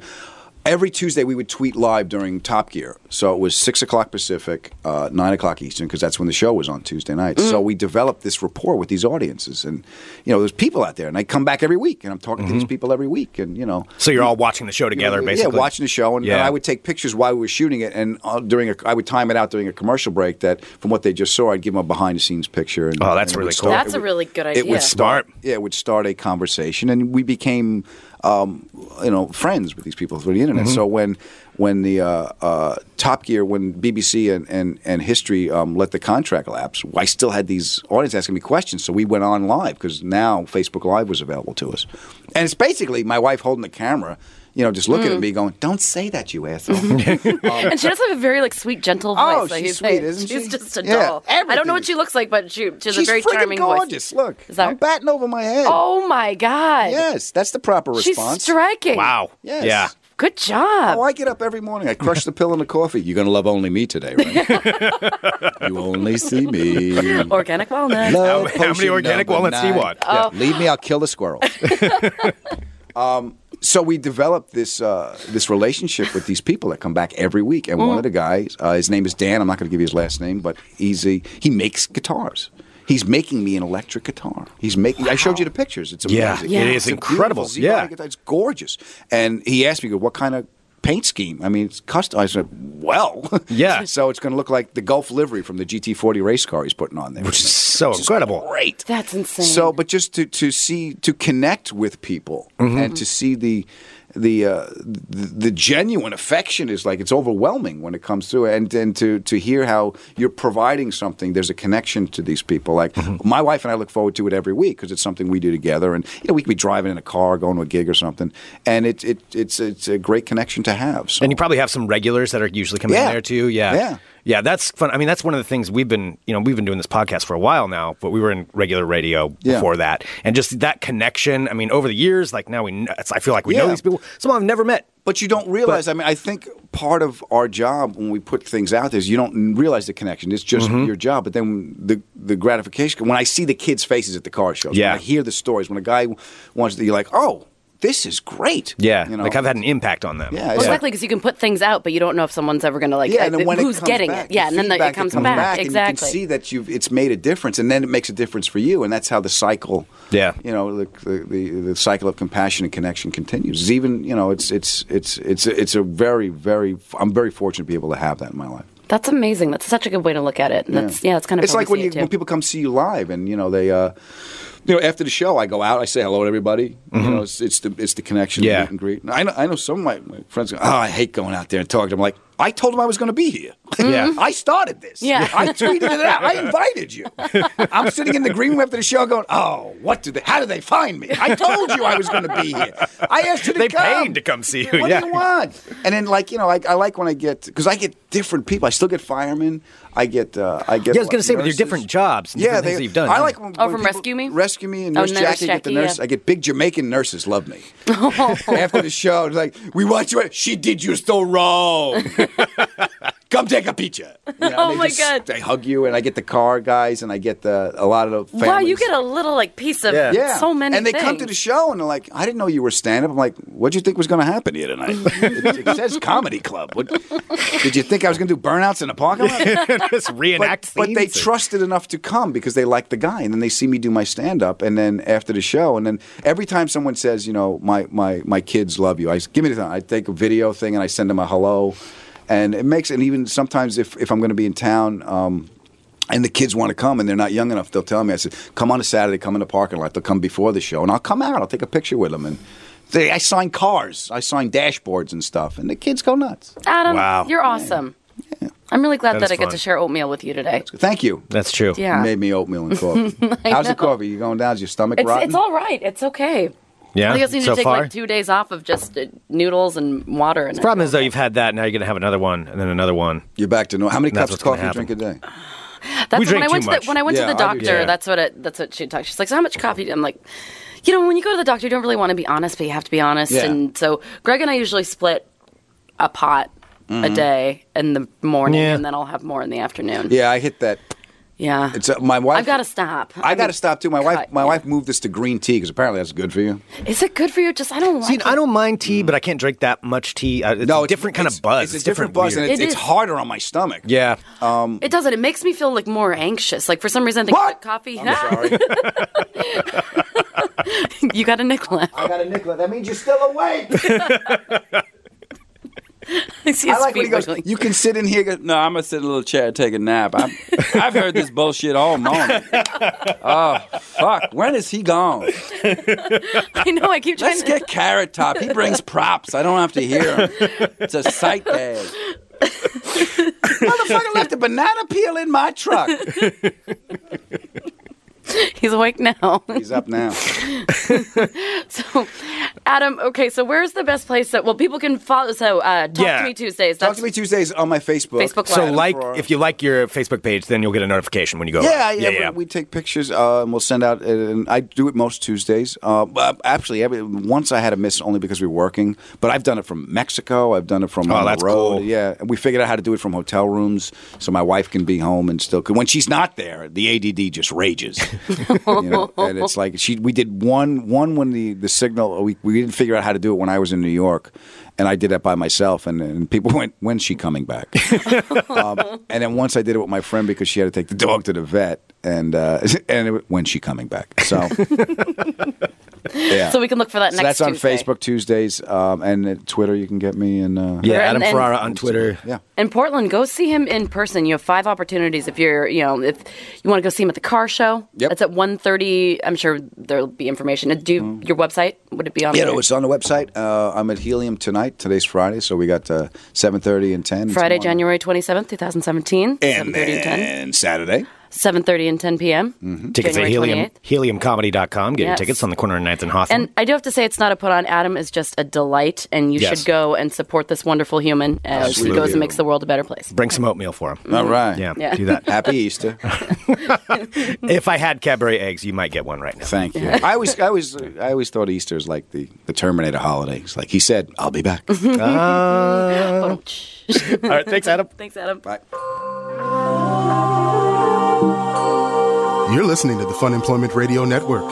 Speaker 6: every Tuesday we would tweet live during Top Gear. So it was six o'clock Pacific, uh, nine o'clock Eastern, because that's when the show was on Tuesday nights. So we developed this rapport with these audiences, and you know, there's people out there, and I come back every week, and I'm talking to these people every week, and you know,
Speaker 7: So you're all watching the show together,
Speaker 6: yeah,
Speaker 7: basically.
Speaker 6: Yeah, watching the show, and, and
Speaker 7: Yeah.
Speaker 6: I would take pictures while we were shooting it, and uh, during a, I would time it out during a commercial break. That from what they just saw, I'd give them a behind the scenes picture. And,
Speaker 7: Oh, that's
Speaker 6: and it would
Speaker 7: really
Speaker 6: start-
Speaker 1: That's
Speaker 6: it
Speaker 1: a
Speaker 6: would-
Speaker 1: really good
Speaker 6: It
Speaker 1: idea.
Speaker 6: would start,
Speaker 7: Smart.
Speaker 6: yeah, it would start a conversation, and we became, um, you know, friends with these people through the
Speaker 7: Mm-hmm.
Speaker 6: internet. So when when the uh, uh, Top Gear, when BBC and and, and History um, let the contract lapse, I still had these audience asking me questions. So we went on live because now Facebook Live was available to us, and it's basically my wife holding the camera. You know, just
Speaker 1: Mm.
Speaker 6: looking at me, going, "Don't say that, you
Speaker 1: <laughs>
Speaker 6: asshole."
Speaker 1: and she does have a very like sweet, gentle voice.
Speaker 6: Oh,
Speaker 1: like
Speaker 6: she's
Speaker 1: you
Speaker 6: sweet,
Speaker 1: say.
Speaker 6: isn't
Speaker 1: she's
Speaker 6: she?
Speaker 1: just a
Speaker 6: Yeah,
Speaker 1: doll. I don't know
Speaker 6: everything
Speaker 1: what she looks like, but she, she has
Speaker 6: She's
Speaker 1: a very
Speaker 6: friggin'
Speaker 1: charming
Speaker 6: gorgeous.
Speaker 1: voice.
Speaker 6: Look,
Speaker 1: Is that-
Speaker 6: I'm batting over my head.
Speaker 1: Oh my god!
Speaker 6: yes, that's the proper
Speaker 1: she's
Speaker 6: response.
Speaker 1: striking.
Speaker 7: Wow.
Speaker 6: Yes.
Speaker 7: Yeah.
Speaker 1: Good
Speaker 6: Oh,
Speaker 1: job.
Speaker 6: I get up every morning. I crush the pill in the coffee. You're going to love only me today, right? you only see me.
Speaker 1: Organic walnut.
Speaker 7: How-
Speaker 6: Love
Speaker 7: how many
Speaker 6: potion
Speaker 7: organic
Speaker 6: number
Speaker 7: walnuts do you
Speaker 6: nine.
Speaker 7: want?
Speaker 6: Yeah, Leave me, I'll kill the squirrel. um, so we developed this uh, this relationship with these people that come back every week, and one of the guys, uh, his name is Dan. I'm not going to give you his last name, but he's a, he makes guitars. He's making me an electric guitar. He's making. I showed you the pictures. It's amazing.
Speaker 7: Yeah, it is
Speaker 6: It's a
Speaker 7: incredible.
Speaker 6: beautiful Zeeland
Speaker 7: Yeah.
Speaker 6: guitar. It's gorgeous. And he asked me, "What kind of paint scheme?" I mean, it's custom. I said, "Well,
Speaker 7: Yeah.
Speaker 6: <laughs> so it's going to look like the Gulf livery from the GT40 race car he's putting on there, which is
Speaker 7: So incredible.
Speaker 6: great.
Speaker 1: That's insane.
Speaker 6: So, but just to, to see to connect with people and to see the the, uh, the the genuine affection is like it's overwhelming when it comes through, and and to to hear how you're providing something. There's a connection to these people. Like my wife and I look forward to it every week because it's something we do together, and you know we could be driving in a car, going to a gig or something, and it, it it's it's a great connection to have. So.
Speaker 7: And you probably have some regulars that are usually coming in
Speaker 6: Yeah.
Speaker 7: there too. Yeah.
Speaker 6: Yeah.
Speaker 7: Yeah, that's fun. I mean, that's one of the things we've been, you know, we've been doing this podcast for a while now, but we were in regular radio
Speaker 6: Yeah.
Speaker 7: before that. And just that connection, I mean, over the years, like now we, kn- it's, I feel like we know
Speaker 6: Yeah.
Speaker 7: these people. Some I've never met.
Speaker 6: But you don't realize. I mean, I think part of our job when we put things out there is you don't n- realize the connection. It's just
Speaker 7: Mm-hmm.
Speaker 6: your job. But then the the gratification when I see the kids' faces at the car shows,
Speaker 7: Yeah.
Speaker 6: when I hear the stories, when a guy wants to, you're like, oh, this is great.
Speaker 7: Yeah.
Speaker 6: you know,
Speaker 7: Like I've had an impact on them.
Speaker 6: yeah,
Speaker 1: Well,
Speaker 6: it's like-
Speaker 1: exactly, because you can put things out, but you don't know if someone's ever going to like.
Speaker 6: yeah,
Speaker 1: uh,
Speaker 6: and then when
Speaker 1: who's
Speaker 6: it comes
Speaker 1: getting
Speaker 6: back,
Speaker 1: it? Yeah,
Speaker 6: the
Speaker 1: and then the,
Speaker 6: feedback
Speaker 1: it
Speaker 6: that
Speaker 1: comes,
Speaker 6: comes
Speaker 1: back.
Speaker 6: and
Speaker 1: Exactly.
Speaker 6: you can see that you've it's made a difference, and then it makes a difference for you, and that's how the cycle.
Speaker 7: Yeah.
Speaker 6: you know, the the, the, the cycle of compassion and connection continues. It's even you know, it's it's it's it's it's a very very. I'm very fortunate to be able to have that in my life.
Speaker 1: That's amazing. That's such a good way to look at it. And That's yeah, that's kind of
Speaker 6: It's
Speaker 1: how we
Speaker 6: like when
Speaker 1: see
Speaker 6: you,
Speaker 1: it, too.
Speaker 6: when people come see you live, and you know they, uh, you know, after the show, I go out, I say hello to everybody. You know, it's, it's the it's the connection, the
Speaker 7: Mm-hmm. Yeah.
Speaker 6: meet and greet. And I know I know some of my, my friends go, oh, I hate going out there and talking. I'm like, I told him I was going to be here. <laughs>
Speaker 7: Yeah.
Speaker 6: I started this.
Speaker 1: Yeah.
Speaker 6: I tweeted it out.
Speaker 1: <laughs>
Speaker 6: I invited you. I'm sitting in the green room after the show going, oh, what did they, how did they find me? I told you I was going to be here. I asked you to
Speaker 7: They
Speaker 6: come.
Speaker 7: paid to come see you,
Speaker 6: What
Speaker 7: yeah.
Speaker 6: do you want? And then, like, you know, I, I like when I get, because I get different people. I still get firemen. I get, uh, I get.
Speaker 7: Yeah, I was gonna say, with your
Speaker 6: nurses.
Speaker 7: different jobs and different things that you've done,
Speaker 6: I
Speaker 7: yeah.
Speaker 6: like when,
Speaker 1: Oh,
Speaker 6: when
Speaker 1: from
Speaker 6: people-
Speaker 1: Rescue Me?
Speaker 6: Rescue Me and
Speaker 1: Oh,
Speaker 6: Nurse
Speaker 1: Nurse
Speaker 6: Jackie. I get the
Speaker 1: Jackie,
Speaker 6: nurse.
Speaker 1: yeah. Oh.
Speaker 6: I get big Jamaican nurses
Speaker 1: <laughs>
Speaker 6: love me. After the show, it's like we watch you. She did you
Speaker 7: <laughs>
Speaker 6: so wrong. Come take a picture. You know, and
Speaker 1: Oh,
Speaker 6: they
Speaker 1: my
Speaker 6: just-
Speaker 1: God.
Speaker 6: They hug you, and I get the car guys, and I get the a lot of the. Families.
Speaker 1: Wow, you get a little like piece of
Speaker 7: Yeah.
Speaker 6: Yeah.
Speaker 1: so many.
Speaker 6: And they come to
Speaker 1: things.
Speaker 6: the show and they're like, I didn't know you were stand up. I'm like, what do you think was going to happen here
Speaker 1: <laughs>
Speaker 6: tonight? it, it says comedy club. What, did you think I was going to do burnouts in a parking lot?
Speaker 7: <laughs> Just reenact
Speaker 6: but, but they
Speaker 7: scenes.
Speaker 6: trusted enough to come because they liked the guy and then they see me do my stand up and then after the show and then every time someone says you know my my my kids love you i s- give me the time i take a video thing and i send them a hello and it makes and even sometimes if if i'm going to be in town um and the kids want to come and they're not young enough they'll tell me i said come on a saturday come in the parking lot they'll come before the show and i'll come out i'll take a picture with them and they, i sign cars i sign dashboards and stuff and the kids go nuts
Speaker 1: Adam,
Speaker 7: Wow.
Speaker 1: you're awesome. I'm really glad
Speaker 7: That
Speaker 1: that,
Speaker 7: is
Speaker 1: I get
Speaker 7: fun.
Speaker 1: to share oatmeal with you today.
Speaker 6: thank you
Speaker 7: That's true.
Speaker 1: Yeah.
Speaker 6: You made me
Speaker 1: <laughs>
Speaker 6: oatmeal and coffee. How's the coffee? You going down? Is your stomach
Speaker 1: It's,
Speaker 6: rotten?
Speaker 1: it's all right. It's okay.
Speaker 7: Yeah.
Speaker 1: I just need
Speaker 7: so
Speaker 1: to take
Speaker 7: far.
Speaker 1: like two days off of just uh, noodles and water. And
Speaker 7: Problem is though, you've had that. Now you're gonna have another one, and then another one.
Speaker 6: You're back to normal. How many
Speaker 7: That's
Speaker 6: cups of
Speaker 7: what's
Speaker 6: coffee
Speaker 7: gonna
Speaker 6: you drink a day?
Speaker 1: that's
Speaker 7: We
Speaker 1: when
Speaker 7: drink
Speaker 1: I
Speaker 7: too
Speaker 1: went to
Speaker 7: much.
Speaker 1: the, when I went
Speaker 6: Yeah,
Speaker 1: to
Speaker 6: I
Speaker 1: the
Speaker 6: do
Speaker 1: doctor.
Speaker 7: too.
Speaker 1: That's what it, that's what she talked. She's like, so how much coffee? do-" I'm like, you know, when you go to the doctor, you don't really want to be honest, but you have to be honest.
Speaker 6: Yeah.
Speaker 1: And so Greg and I usually split a pot a day in the morning,
Speaker 7: Yeah.
Speaker 1: and then I'll have more in the afternoon.
Speaker 6: Yeah, I hit that.
Speaker 1: yeah.
Speaker 6: It's uh, my wife.
Speaker 1: I've got to stop.
Speaker 6: I got to stop too. My wife.
Speaker 1: cut,
Speaker 6: My
Speaker 1: yeah.
Speaker 6: wife moved this to green tea because apparently that's good for you.
Speaker 1: Is it good for you? Just I don't like
Speaker 7: See,
Speaker 1: it.
Speaker 7: I don't mind tea, but I can't drink that much tea. Uh, it's a
Speaker 6: it's-
Speaker 7: different kind
Speaker 6: it's-
Speaker 7: of buzz.
Speaker 6: It's a different, buzz,
Speaker 7: weird.
Speaker 6: and it's,
Speaker 1: It
Speaker 6: it's
Speaker 1: is.
Speaker 6: harder on my stomach.
Speaker 7: yeah.
Speaker 1: It doesn't. It makes me feel like more anxious. Like for some reason, I think
Speaker 6: What?
Speaker 1: coffee. <laughs>
Speaker 6: I'm <laughs> sorry.
Speaker 1: you got a nickel.
Speaker 6: I got a nickel. That means you're still
Speaker 1: <laughs>
Speaker 6: awake.
Speaker 1: I see
Speaker 6: I
Speaker 1: his
Speaker 6: like when
Speaker 1: feet
Speaker 6: he goes.
Speaker 1: wiggling.
Speaker 6: You can sit in here. Go, no, I'm gonna sit in a little chair and take a nap. I'm, I've heard this bullshit
Speaker 1: <laughs>
Speaker 6: all morning. Oh fuck! When is he gone?
Speaker 1: I know. I keep trying.
Speaker 6: Let's
Speaker 1: to
Speaker 6: get Carrot Top. He <laughs> brings props. I don't have to hear him. It's a sight gag. Motherfucker left a banana peel in my truck.
Speaker 1: He's awake now. <laughs>
Speaker 6: He's up now.
Speaker 1: so, Adam. Okay. So, where's the best place that well people can follow? So, uh, talk
Speaker 7: Yeah.
Speaker 1: to me Tuesdays.
Speaker 6: Talk
Speaker 1: That's
Speaker 6: to me Tuesdays on my Facebook.
Speaker 1: Facebook
Speaker 7: So
Speaker 1: Live.
Speaker 7: like,
Speaker 6: for-
Speaker 7: if you like your Facebook page, then you'll get a notification when you go.
Speaker 6: Yeah, yeah,
Speaker 7: live.
Speaker 6: we- We take pictures uh, and we'll send out. And I do it most Tuesdays. Uh, but actually, every, once I had a miss only because we were working. But I've done it from Mexico. I've done it from
Speaker 7: Oh,
Speaker 6: on
Speaker 7: that's
Speaker 6: the road.
Speaker 7: cool.
Speaker 6: Yeah, and we figured out how to do it from hotel rooms, so my wife can be home and still. Cause when she's not there, the ADD just rages. you know? And it's like she. We did one one when the the signal. We we didn't figure out how to do it when I was in New York. And I did that by myself, and, and people <laughs> went, "When's she coming back?" um, and then once I did it with my friend because she had to take the dog to the vet, and uh, <laughs> and it, wa- when's she coming back? <laughs> So yeah,
Speaker 1: <laughs> So we can look for that
Speaker 6: So
Speaker 1: next.
Speaker 6: that's on
Speaker 1: Tuesday.
Speaker 6: Facebook Tuesdays um, and at Twitter. You can get me and uh,
Speaker 7: yeah.
Speaker 1: And-
Speaker 7: Adam
Speaker 1: and-
Speaker 7: Ferrara on Twitter.
Speaker 6: yeah.
Speaker 1: In Portland, go see him in person. You have five opportunities if you're, you know, if you want to go see him at the car show.
Speaker 6: Yep.
Speaker 1: It's at 1.30. I'm sure there'll be information. Do you, your website? Would it be on?
Speaker 6: Mm-hmm. Yeah,
Speaker 1: there?
Speaker 6: no, it's on the website. Uh, I'm at Helium tonight. Today's Friday, so we got uh, 7:30 and 10.
Speaker 1: Friday,
Speaker 6: tomorrow.
Speaker 1: January 27th, 2017. 7.30 and 10.
Speaker 6: and Saturday.
Speaker 1: 7.30 and 10 p.m.
Speaker 7: Tickets at
Speaker 1: January
Speaker 7: helium, heliumcomedy.com. Get your
Speaker 1: Yes.
Speaker 7: tickets on the corner of 9th and Hawthorne.
Speaker 1: And I do have to say, it's not a put on. Adam is just a delight, and you
Speaker 7: Yes.
Speaker 1: should go and support this wonderful human as
Speaker 6: Absolutely.
Speaker 1: he goes and makes the world a better place.
Speaker 7: Bring some oatmeal for him.
Speaker 6: All right.
Speaker 7: Yeah,
Speaker 1: Mm. Yeah.
Speaker 7: do
Speaker 1: <laughs>
Speaker 7: that.
Speaker 6: <laughs> Happy Easter.
Speaker 7: if I had Cadbury eggs, you might get one right now.
Speaker 6: Thank you. I always, I always, I always thought Easter is like the, the Terminator holiday. It's like he said, "I'll be back."
Speaker 1: Mm-hmm. <laughs>
Speaker 7: All right, thanks, Adam.
Speaker 1: Thanks, Adam.
Speaker 6: Bye.
Speaker 2: You're listening to the Fun Employment Radio Network.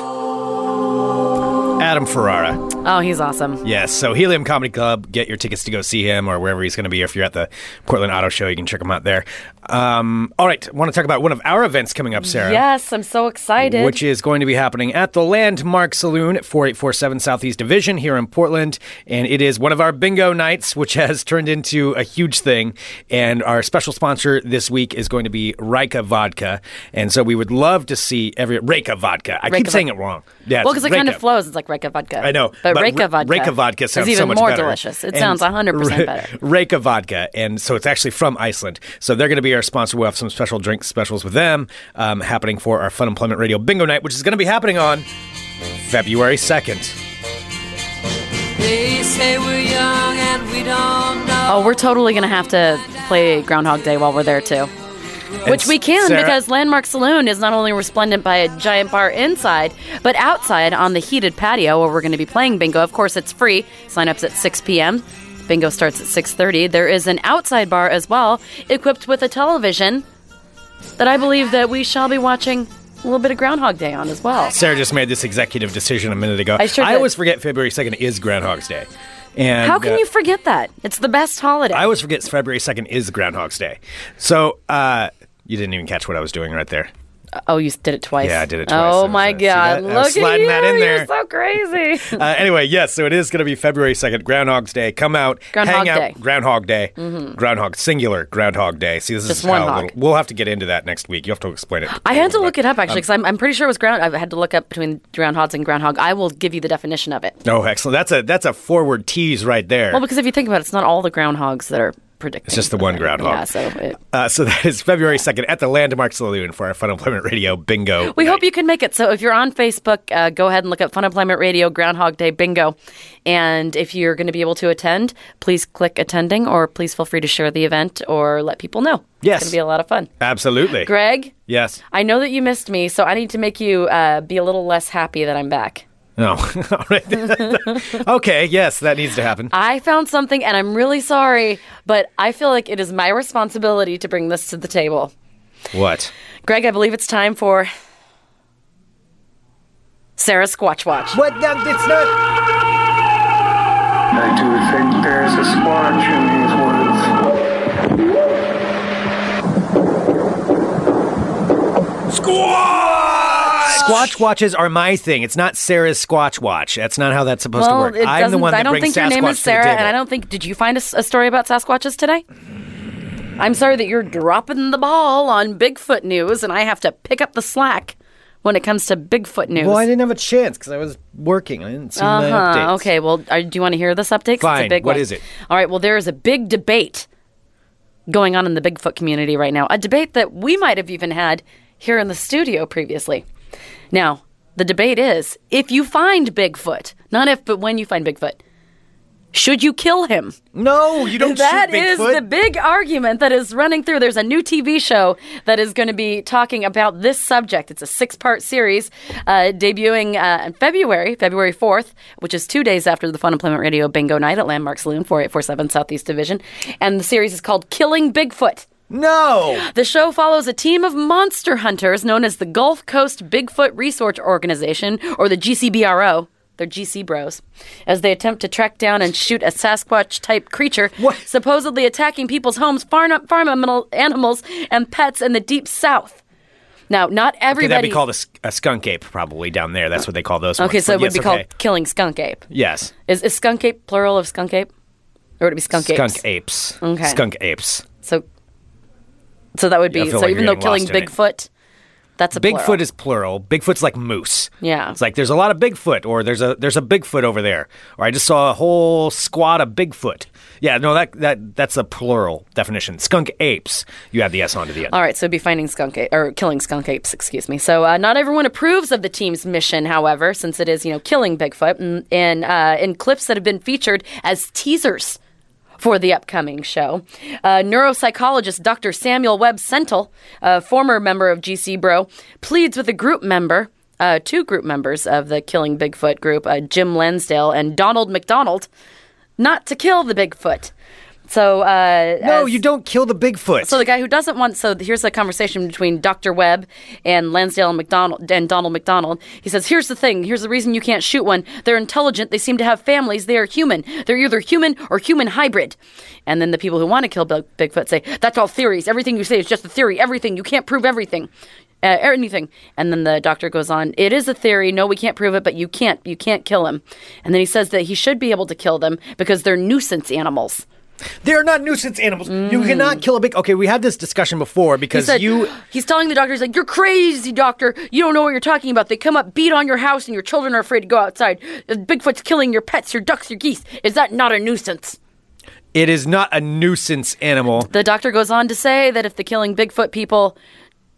Speaker 7: Adam Ferrara.
Speaker 1: Oh, he's awesome.
Speaker 7: Yes, so Helium Comedy Club. Get your tickets to go see him or wherever he's going to be. If you're at the Portland Auto Show, you can check him out there. Um, all right, want to talk about one of our events coming up, Sarah?
Speaker 1: Yes, I'm so excited.
Speaker 7: Which is going to be happening at the Landmark Saloon at 4847 Southeast Division here in Portland. And it is one of our bingo nights, which <laughs> has turned into a huge thing. And our special sponsor this week is going to be Rika Vodka. And so we would love to see every Rika Vodka. I
Speaker 1: Rika
Speaker 7: keep saying
Speaker 1: Vodka.
Speaker 7: it wrong. Yeah,
Speaker 1: well,
Speaker 7: it's
Speaker 1: because it kind of
Speaker 7: Rika.
Speaker 1: flows. It's like Reka vodka.
Speaker 7: I know.
Speaker 1: But But, Reka
Speaker 7: Re-
Speaker 1: vodka.
Speaker 7: Reka vodka sounds
Speaker 1: is even
Speaker 7: so much
Speaker 1: more
Speaker 7: better.
Speaker 1: delicious. It
Speaker 7: And
Speaker 1: sounds 100%
Speaker 7: Re-
Speaker 1: better.
Speaker 7: Reka vodka, and so it's actually from Iceland. So they're going to be our sponsor. We'll have some special drink specials with them um, happening for our Fun Employment Radio Bingo Night, which is going to be happening on February second.
Speaker 8: They say we're young and we don't know.
Speaker 1: Oh, we're totally going to have to play Groundhog Day while we're there, too. Which we can because Landmark Saloon is not only resplendent by a giant bar inside, but outside on the heated patio where we're going to be playing bingo. Of course, it's free. Sign ups at 6 p.m. Bingo starts at 6:30. There is an outside bar as well, equipped with a television that I believe that we shall be watching a little bit of Groundhog Day on as well.
Speaker 7: Sarah just made this executive decision a minute ago.
Speaker 1: I sure did.
Speaker 7: always forget February second is Groundhog's Day. And
Speaker 1: How can
Speaker 7: uh,
Speaker 1: you forget that? It's the best holiday.
Speaker 7: I always forget February second is Groundhog's Day. So uh, you didn't even catch what I was doing right there.
Speaker 1: oh, you did it twice.
Speaker 7: Yeah, I did it twice.
Speaker 1: Oh
Speaker 7: I
Speaker 1: my
Speaker 7: was, uh, see
Speaker 1: God!
Speaker 7: that? I was
Speaker 1: Look at
Speaker 7: sliding
Speaker 1: you.
Speaker 7: that in there.
Speaker 1: You're so
Speaker 7: <laughs>
Speaker 1: crazy.
Speaker 7: Uh, anyway, yes, so it is going to be February 2nd, Groundhog's Day. Come out,
Speaker 1: Groundhog
Speaker 7: hang out,
Speaker 1: Day. Mm-hmm.
Speaker 7: Groundhog Day, Groundhog, singular Groundhog Day. See, this
Speaker 1: Just
Speaker 7: is
Speaker 1: one
Speaker 7: how
Speaker 1: hog.
Speaker 7: little, we'll have to get into that next week. You'll have to explain it.
Speaker 1: I had to look it up
Speaker 7: um,
Speaker 1: actually because I'm, I'm pretty sure it was ground. I had to look up between groundhogs and groundhog. I will give you the definition of it.
Speaker 7: No, Oh, excellent. That's a that's a forward tease right there.
Speaker 1: Well, because if you think about it, it's not all the groundhogs that are predicted.
Speaker 7: It's just the one groundhog.
Speaker 1: Yeah, so it,
Speaker 7: uh, so <laughs> that is February 2nd at the Landmark Saloon for our Fun Employment Radio bingo.
Speaker 1: we
Speaker 7: night.
Speaker 1: hope you can make it. So if you're on Facebook, uh, go ahead and look up Fun Employment Radio Groundhog Day Bingo. And if you're going to be able to attend, please click attending or please feel free to share the event or let people know.
Speaker 7: Yes.
Speaker 1: It's going to be a lot of fun.
Speaker 7: Absolutely.
Speaker 1: Greg,
Speaker 7: Yes.
Speaker 1: I know that you missed me, so I need to make you uh, be a little less happy that I'm back.
Speaker 7: No. <laughs> All right. <laughs> okay, yes, that needs to happen.
Speaker 1: I found something and I'm really sorry, but I feel like it is my responsibility to bring this to the table.
Speaker 7: What?
Speaker 1: Greg, I believe it's time for Sarah Squatch Watch.
Speaker 7: What? No, It's not.
Speaker 9: I do think there's a squatch in these woods.
Speaker 7: Squatch watches are my thing. It's not Sarah's Squatch watch. That's not how that's supposed
Speaker 1: Well,
Speaker 7: to
Speaker 1: it
Speaker 7: work. I'm the
Speaker 1: doesn't-
Speaker 7: one that
Speaker 1: I don't
Speaker 7: brings
Speaker 1: think your name
Speaker 7: Sasquatch
Speaker 1: is
Speaker 7: to the
Speaker 1: Sarah,
Speaker 7: table.
Speaker 1: and I don't think. Did you find a, s- a story about Sasquatches today? I'm sorry that you're dropping the ball on Bigfoot news, and I have to pick up the slack when it comes to Bigfoot news.
Speaker 7: Well, I didn't have a chance because I was working. I didn't see my
Speaker 1: Uh,
Speaker 7: updates.
Speaker 1: okay, well, are, do you want to hear this update? 'Cause It's a
Speaker 7: Fine.
Speaker 1: big
Speaker 7: What
Speaker 1: one.
Speaker 7: is it?
Speaker 1: All right, well, there is a big debate going on in the Bigfoot community right now, a debate that we might have even had here in the studio previously. Now, the debate is if you find Bigfoot, not if, but when you find Bigfoot, should you kill him?
Speaker 7: No, you don't
Speaker 1: That
Speaker 7: shoot
Speaker 1: is
Speaker 7: Bigfoot.
Speaker 1: the big argument that is running through. There's a new TV show that is going to be talking about this subject. It's a six part series uh, debuting uh, in February, February 4th, which is two days after the Fun Employment Radio Bingo Night at Landmark Saloon, 4847 Southeast Division. And the series is called Killing Bigfoot.
Speaker 7: no.
Speaker 1: The show follows a team of monster hunters known as the Gulf Coast Bigfoot Research Organization, or the GCBRO. They're GC bros, as they attempt to track down and shoot a Sasquatch type creature,
Speaker 7: What?
Speaker 1: supposedly attacking people's homes, farm, farm animal- animals, and pets in the deep south. Now, not
Speaker 7: Okay,
Speaker 1: everybody.
Speaker 7: that'd be called a, sk- a skunk ape, probably down there. That's what they call those.
Speaker 1: Okay,
Speaker 7: ones.
Speaker 1: so it
Speaker 7: But
Speaker 1: would
Speaker 7: yes,
Speaker 1: be called
Speaker 7: okay.
Speaker 1: killing skunk ape.
Speaker 7: Yes,
Speaker 1: Is, is skunk ape plural of skunk ape? Or would it be skunk,
Speaker 7: skunk
Speaker 1: apes?
Speaker 7: apes.
Speaker 1: Okay.
Speaker 7: Skunk apes.
Speaker 1: So, so that would be.
Speaker 7: Yeah, I feel
Speaker 1: so
Speaker 7: like
Speaker 1: even
Speaker 7: you're
Speaker 1: though
Speaker 7: getting
Speaker 1: killing
Speaker 7: lost in it.
Speaker 1: Bigfoot, that's a
Speaker 7: Bigfoot
Speaker 1: plural.
Speaker 7: is plural. Bigfoot's like moose.
Speaker 1: Yeah.
Speaker 7: It's like there's a lot of Bigfoot, or there's a there's a Bigfoot over there, or I just saw a whole squad of Bigfoot. Yeah, no, that that that's a plural definition. Skunk apes. You add the s onto the end.
Speaker 1: All right, so it'd be finding skunk ape, or killing skunk apes, excuse me. So uh, not everyone approves of the team's mission, however, since it is you know killing Bigfoot, and, and uh, in clips that have been featured as teasers for the upcoming show. Uh, neuropsychologist Dr. Samuel Webb Sentel, a former member of GC Bro, pleads with a group member. Uh, two group members of the Killing Bigfoot group, uh, Jim Lansdale and Donald McDonald, not to kill the Bigfoot. So, uh,
Speaker 7: No,
Speaker 1: as-
Speaker 7: you don't kill the Bigfoot.
Speaker 1: so the guy who doesn't want so here's a conversation between Dr. Webb and Lansdale and McDonald and Donald McDonald. He says, "Here's the thing. Here's the reason you can't shoot one. They're intelligent. They seem to have families. They are human. They're either human or human hybrid." And then the people who want to kill Big- Bigfoot say, "That's all theories. Everything you say is just a theory. Everything you can't prove everything." Uh, or anything, and then the doctor goes on. It is a theory. No, we can't prove it, but you can't. You can't kill him. And then he says that he should be able to kill them because they're nuisance animals.
Speaker 7: They are not nuisance animals. You cannot kill a big. Okay, we had this discussion before
Speaker 1: He
Speaker 7: because
Speaker 1: said,
Speaker 7: you.
Speaker 1: he's telling the doctor, he's like, You're crazy, doctor. You don't know what you're talking about. They come up, beat on your house, and your children are afraid to go outside. Bigfoot's killing your pets, your ducks, your geese. Is that not a nuisance?
Speaker 7: It is not a nuisance animal.
Speaker 1: The doctor goes on to say that if the killing Bigfoot people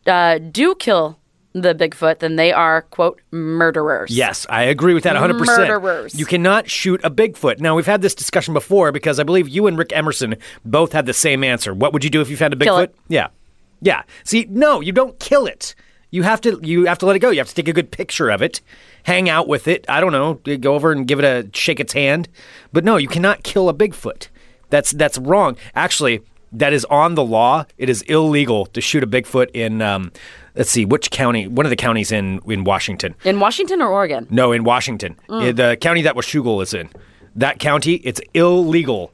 Speaker 1: uh, do kill the Bigfoot, then they are, quote, murderers.
Speaker 7: Yes, I agree with that 100%.
Speaker 1: Murderers.
Speaker 7: You cannot shoot a Bigfoot. Now, we've had this discussion before because I believe you and Rick Emerson both had the same answer. What would you do if you found a Bigfoot?
Speaker 1: Kill it.
Speaker 7: Yeah. Yeah. See, no, you don't kill it. You have to you have to let it go. You have to take a good picture of it, hang out with it. I don't know, go over and give it a shake its hand. But no, you cannot kill a Bigfoot. That's that's wrong. Actually, that is on the law. It is illegal to shoot a Bigfoot in um, let's see, which county? One of the counties in in Washington.
Speaker 1: In Washington or Oregon?
Speaker 7: No, in Washington,
Speaker 1: Mm.
Speaker 7: In the county that Washougal is in, that county, it's illegal.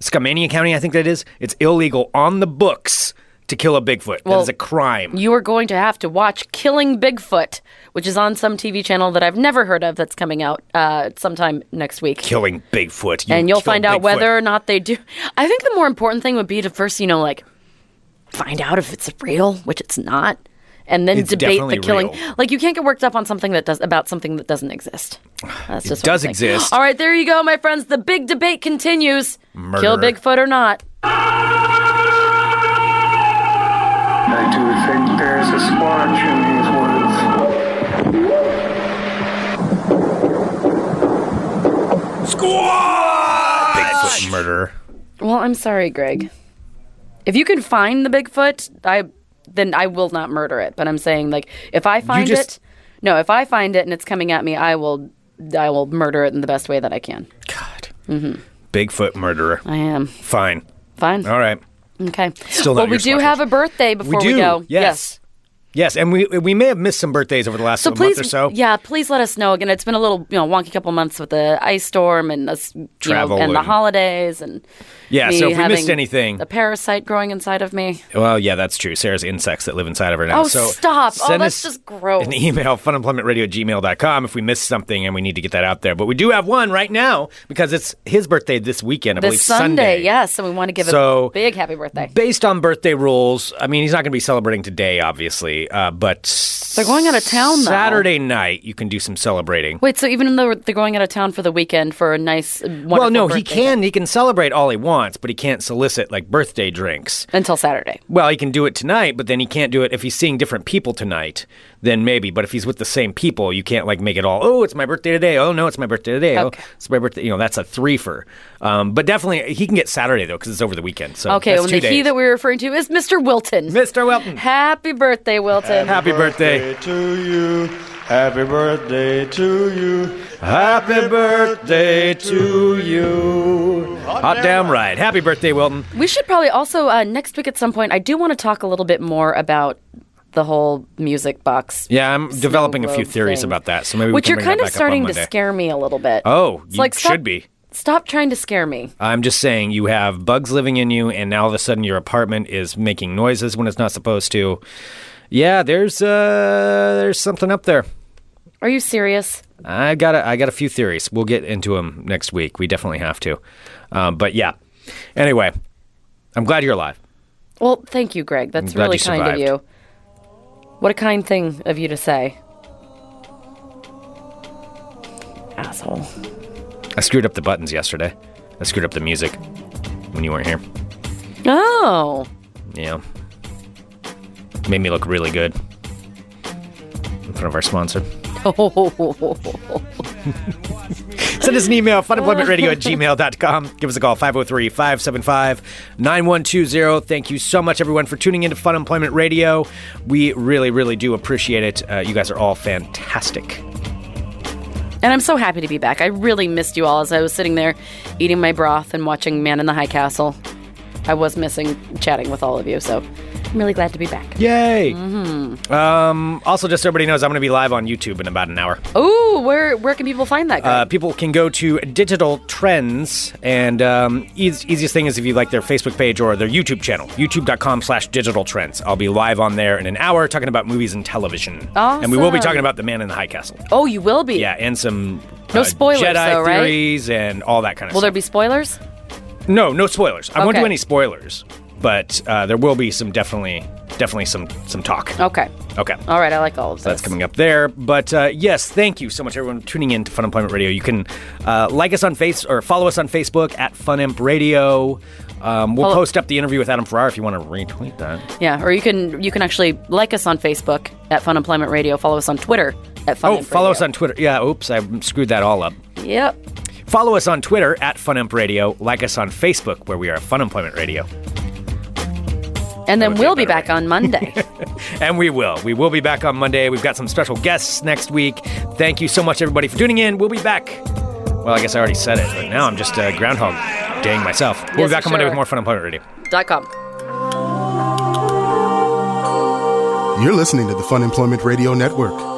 Speaker 7: Skamania County, I think that is. It's illegal on the books to kill a Bigfoot. that
Speaker 1: Well,
Speaker 7: is a crime.
Speaker 1: You are going to have to watch Killing Bigfoot, which is on some TV channel that I've never heard of that's coming out uh, sometime next week.
Speaker 7: Killing Bigfoot. You
Speaker 1: and you'll
Speaker 7: kill
Speaker 1: find out
Speaker 7: Bigfoot.
Speaker 1: whether or not they do. <laughs> I think the more important thing would be to first, you know, like find out if it's real, which it's not, and then
Speaker 7: It's
Speaker 1: debate the
Speaker 7: definitely
Speaker 1: killing.
Speaker 7: real.
Speaker 1: Like you can't get worked up on something that does about something that doesn't exist. That's just what I
Speaker 7: does
Speaker 1: think.
Speaker 7: exist.
Speaker 1: All right, there you go, my friends. The big debate continues. Kill
Speaker 7: Murder.
Speaker 1: Bigfoot or not?
Speaker 9: I do think there's a squatch in these woods.
Speaker 7: Bigfoot murderer.
Speaker 1: Well, I'm sorry, Greg. If you can find the Bigfoot, I then I will not murder it. But I'm saying, like, if I find
Speaker 7: just-
Speaker 1: it, no, if I find it and it's coming at me, I will, I will murder it in the best way that I can.
Speaker 7: God. Mm-hmm.
Speaker 1: Mm-hmm.
Speaker 7: Bigfoot murderer.
Speaker 1: I am
Speaker 7: Fine.
Speaker 1: fine.
Speaker 7: All right.
Speaker 1: Okay.
Speaker 7: Still not
Speaker 1: well, we
Speaker 7: your
Speaker 1: do
Speaker 7: smartwatch.
Speaker 1: have a birthday before we,
Speaker 7: do.
Speaker 1: go.
Speaker 7: Yes. Yes, and we we may have missed some birthdays over the last
Speaker 1: So please,
Speaker 7: month or so.
Speaker 1: yeah, please let us know. Again, it's been a little, you know, wonky couple months with the ice storm and us, you know,
Speaker 7: Travel
Speaker 1: and, the
Speaker 7: and-
Speaker 1: holidays and
Speaker 7: Yeah,
Speaker 1: me
Speaker 7: so if we
Speaker 1: having
Speaker 7: missed anything-
Speaker 1: a parasite growing inside of me.
Speaker 7: Well, yeah, that's true. Sarah's insects that live inside of her now.
Speaker 1: Oh,
Speaker 7: so
Speaker 1: stop. Oh,
Speaker 7: send
Speaker 1: that's
Speaker 7: us
Speaker 1: just gross.
Speaker 7: An email, funemploymentradio@gmail.com if we miss something and we need to get that out there. But we do have one right now because it's his birthday this weekend, I believe
Speaker 1: This Sunday, yes, and we want to give
Speaker 7: So-
Speaker 1: a big happy birthday.
Speaker 7: Based on birthday rules, I mean, he's not going to be celebrating today, obviously, uh, but
Speaker 1: They're going out of town, though.
Speaker 7: Saturday night, you can do some celebrating.
Speaker 1: Wait, so even though they're going out of town for the weekend for a nice, uh, wonderful
Speaker 7: well, no, he
Speaker 1: birthday
Speaker 7: can. He can celebrate all he wants, but he can't solicit like birthday drinks.
Speaker 1: until Saturday.
Speaker 7: Well, he can do it tonight, but then he can't do it if he's seeing different people tonight. Then maybe, but if he's with the same people, you can't like make it all. Oh, it's my birthday today. Oh no, it's my birthday today.
Speaker 1: Okay.
Speaker 7: Oh, it's my birthday. You know, that's a threefer. Um, but definitely he can get Saturday though because it's over the weekend. So
Speaker 1: Okay,
Speaker 7: that's
Speaker 1: and
Speaker 7: two
Speaker 1: the
Speaker 7: days.
Speaker 1: he that we're referring to is Mr. Wilton.
Speaker 7: Mr. Welton.
Speaker 1: Happy birthday, Wilton.
Speaker 7: Happy birthday.
Speaker 10: to you. Happy birthday to you.
Speaker 7: Happy birthday to you. Hot damn right. Happy birthday, Wilton.
Speaker 1: We should probably also uh, next week at some point. I do want to talk a little bit more about the whole music box.
Speaker 7: Yeah, I'm
Speaker 1: snow
Speaker 7: developing a few
Speaker 1: globe
Speaker 7: theories
Speaker 1: thing.
Speaker 7: about that, so maybe we
Speaker 1: which
Speaker 7: can
Speaker 1: you're
Speaker 7: bring that
Speaker 1: kind of
Speaker 7: back up on
Speaker 1: starting to
Speaker 7: Monday.
Speaker 1: scare me a little bit.
Speaker 7: Oh,
Speaker 1: It's
Speaker 7: you
Speaker 1: like, stop-
Speaker 7: should be.
Speaker 1: Stop trying to scare me.
Speaker 7: I'm just saying you have bugs living in you, and now all of a sudden your apartment is making noises when it's not supposed to. Yeah, there's uh, there's something up there.
Speaker 1: Are you serious?
Speaker 7: I got a, I got a few theories. We'll get into them next week. We definitely have to. Um, but yeah. Anyway, I'm glad you're alive.
Speaker 1: Well, thank you, Greg. That's
Speaker 7: I'm glad
Speaker 1: really
Speaker 7: you
Speaker 1: kind of
Speaker 7: survived.
Speaker 1: you. What a kind thing of you to say. Asshole.
Speaker 7: I screwed up the buttons yesterday. I screwed up the music when you weren't here.
Speaker 1: <laughs> Oh,
Speaker 7: Yeah. Made me look really good in front of our sponsor. Send us an email, funemploymentradio at gmail.com. Give us a call, 503 575 9120. Thank you so much, everyone, for tuning into Fun Employment Radio. We really, really do appreciate it. Uh, you guys are all fantastic.
Speaker 1: And I'm so happy to be back. I really missed you all as I was sitting there eating my broth and watching Man in the High Castle. I was missing chatting with all of you, so I'm really glad to be back.
Speaker 7: Yay! Um, also, just so everybody knows, I'm going to be live on YouTube in about an hour.
Speaker 1: Ooh, where where can people find that?
Speaker 7: Uh,
Speaker 1: Greg?
Speaker 7: people can go to digital trends and um, eas easiest thing is if you like their facebook page or their youtube channel youtube.com slash digital trends i'll be live on there in an hour talking about movies and television and we will be
Speaker 1: Awesome.
Speaker 7: talking about the man in the high castle
Speaker 1: oh, you will be.
Speaker 7: yeah and some
Speaker 1: No
Speaker 7: uh,
Speaker 1: spoilers,
Speaker 7: jedi
Speaker 1: though, right?
Speaker 7: theories and all that kind of
Speaker 1: Will there
Speaker 7: stuff
Speaker 1: be spoilers?
Speaker 7: No, no spoilers. I won't do
Speaker 1: Okay.
Speaker 7: any spoilers, but uh, there will be some definitely, definitely some some talk.
Speaker 1: Okay.
Speaker 7: Okay.
Speaker 1: All right. I like all of this.
Speaker 7: That's coming up there. But uh, yes, thank you so much, everyone, tuning in to Fun Employment Radio. You can uh, like us on Face or follow us on Facebook at Fun Imp Radio. Um, we'll
Speaker 1: Follow-
Speaker 7: post up the interview with Adam Ferrar if you want to retweet that.
Speaker 1: Yeah. Or you can you can actually like us on Facebook at Fun Employment Radio. Follow us on Twitter at Fun.
Speaker 7: oh,
Speaker 1: Imp
Speaker 7: follow us
Speaker 1: Radio.
Speaker 7: on Twitter. Yeah, oops, I screwed that all up.
Speaker 1: Yep.
Speaker 7: Follow us on Twitter at Fun Imp Radio. Like us on Facebook, where we are Fun Employment Radio.
Speaker 1: And
Speaker 7: would
Speaker 1: then
Speaker 7: be a
Speaker 1: we'll be
Speaker 7: better
Speaker 1: back on Monday.
Speaker 7: <laughs> And we will. We will be back on Monday. We've got some special guests next week. Thank you so much, everybody, for tuning in. We'll be back. Well, I guess I already said it, but now I'm just uh, groundhog dang myself.
Speaker 1: Yes,
Speaker 7: We'll be back on
Speaker 1: you
Speaker 7: Monday
Speaker 1: sure
Speaker 7: with
Speaker 1: are.
Speaker 7: more Fun Employment Radio.
Speaker 1: Dot com.
Speaker 2: You're listening to the Fun Employment Radio Network.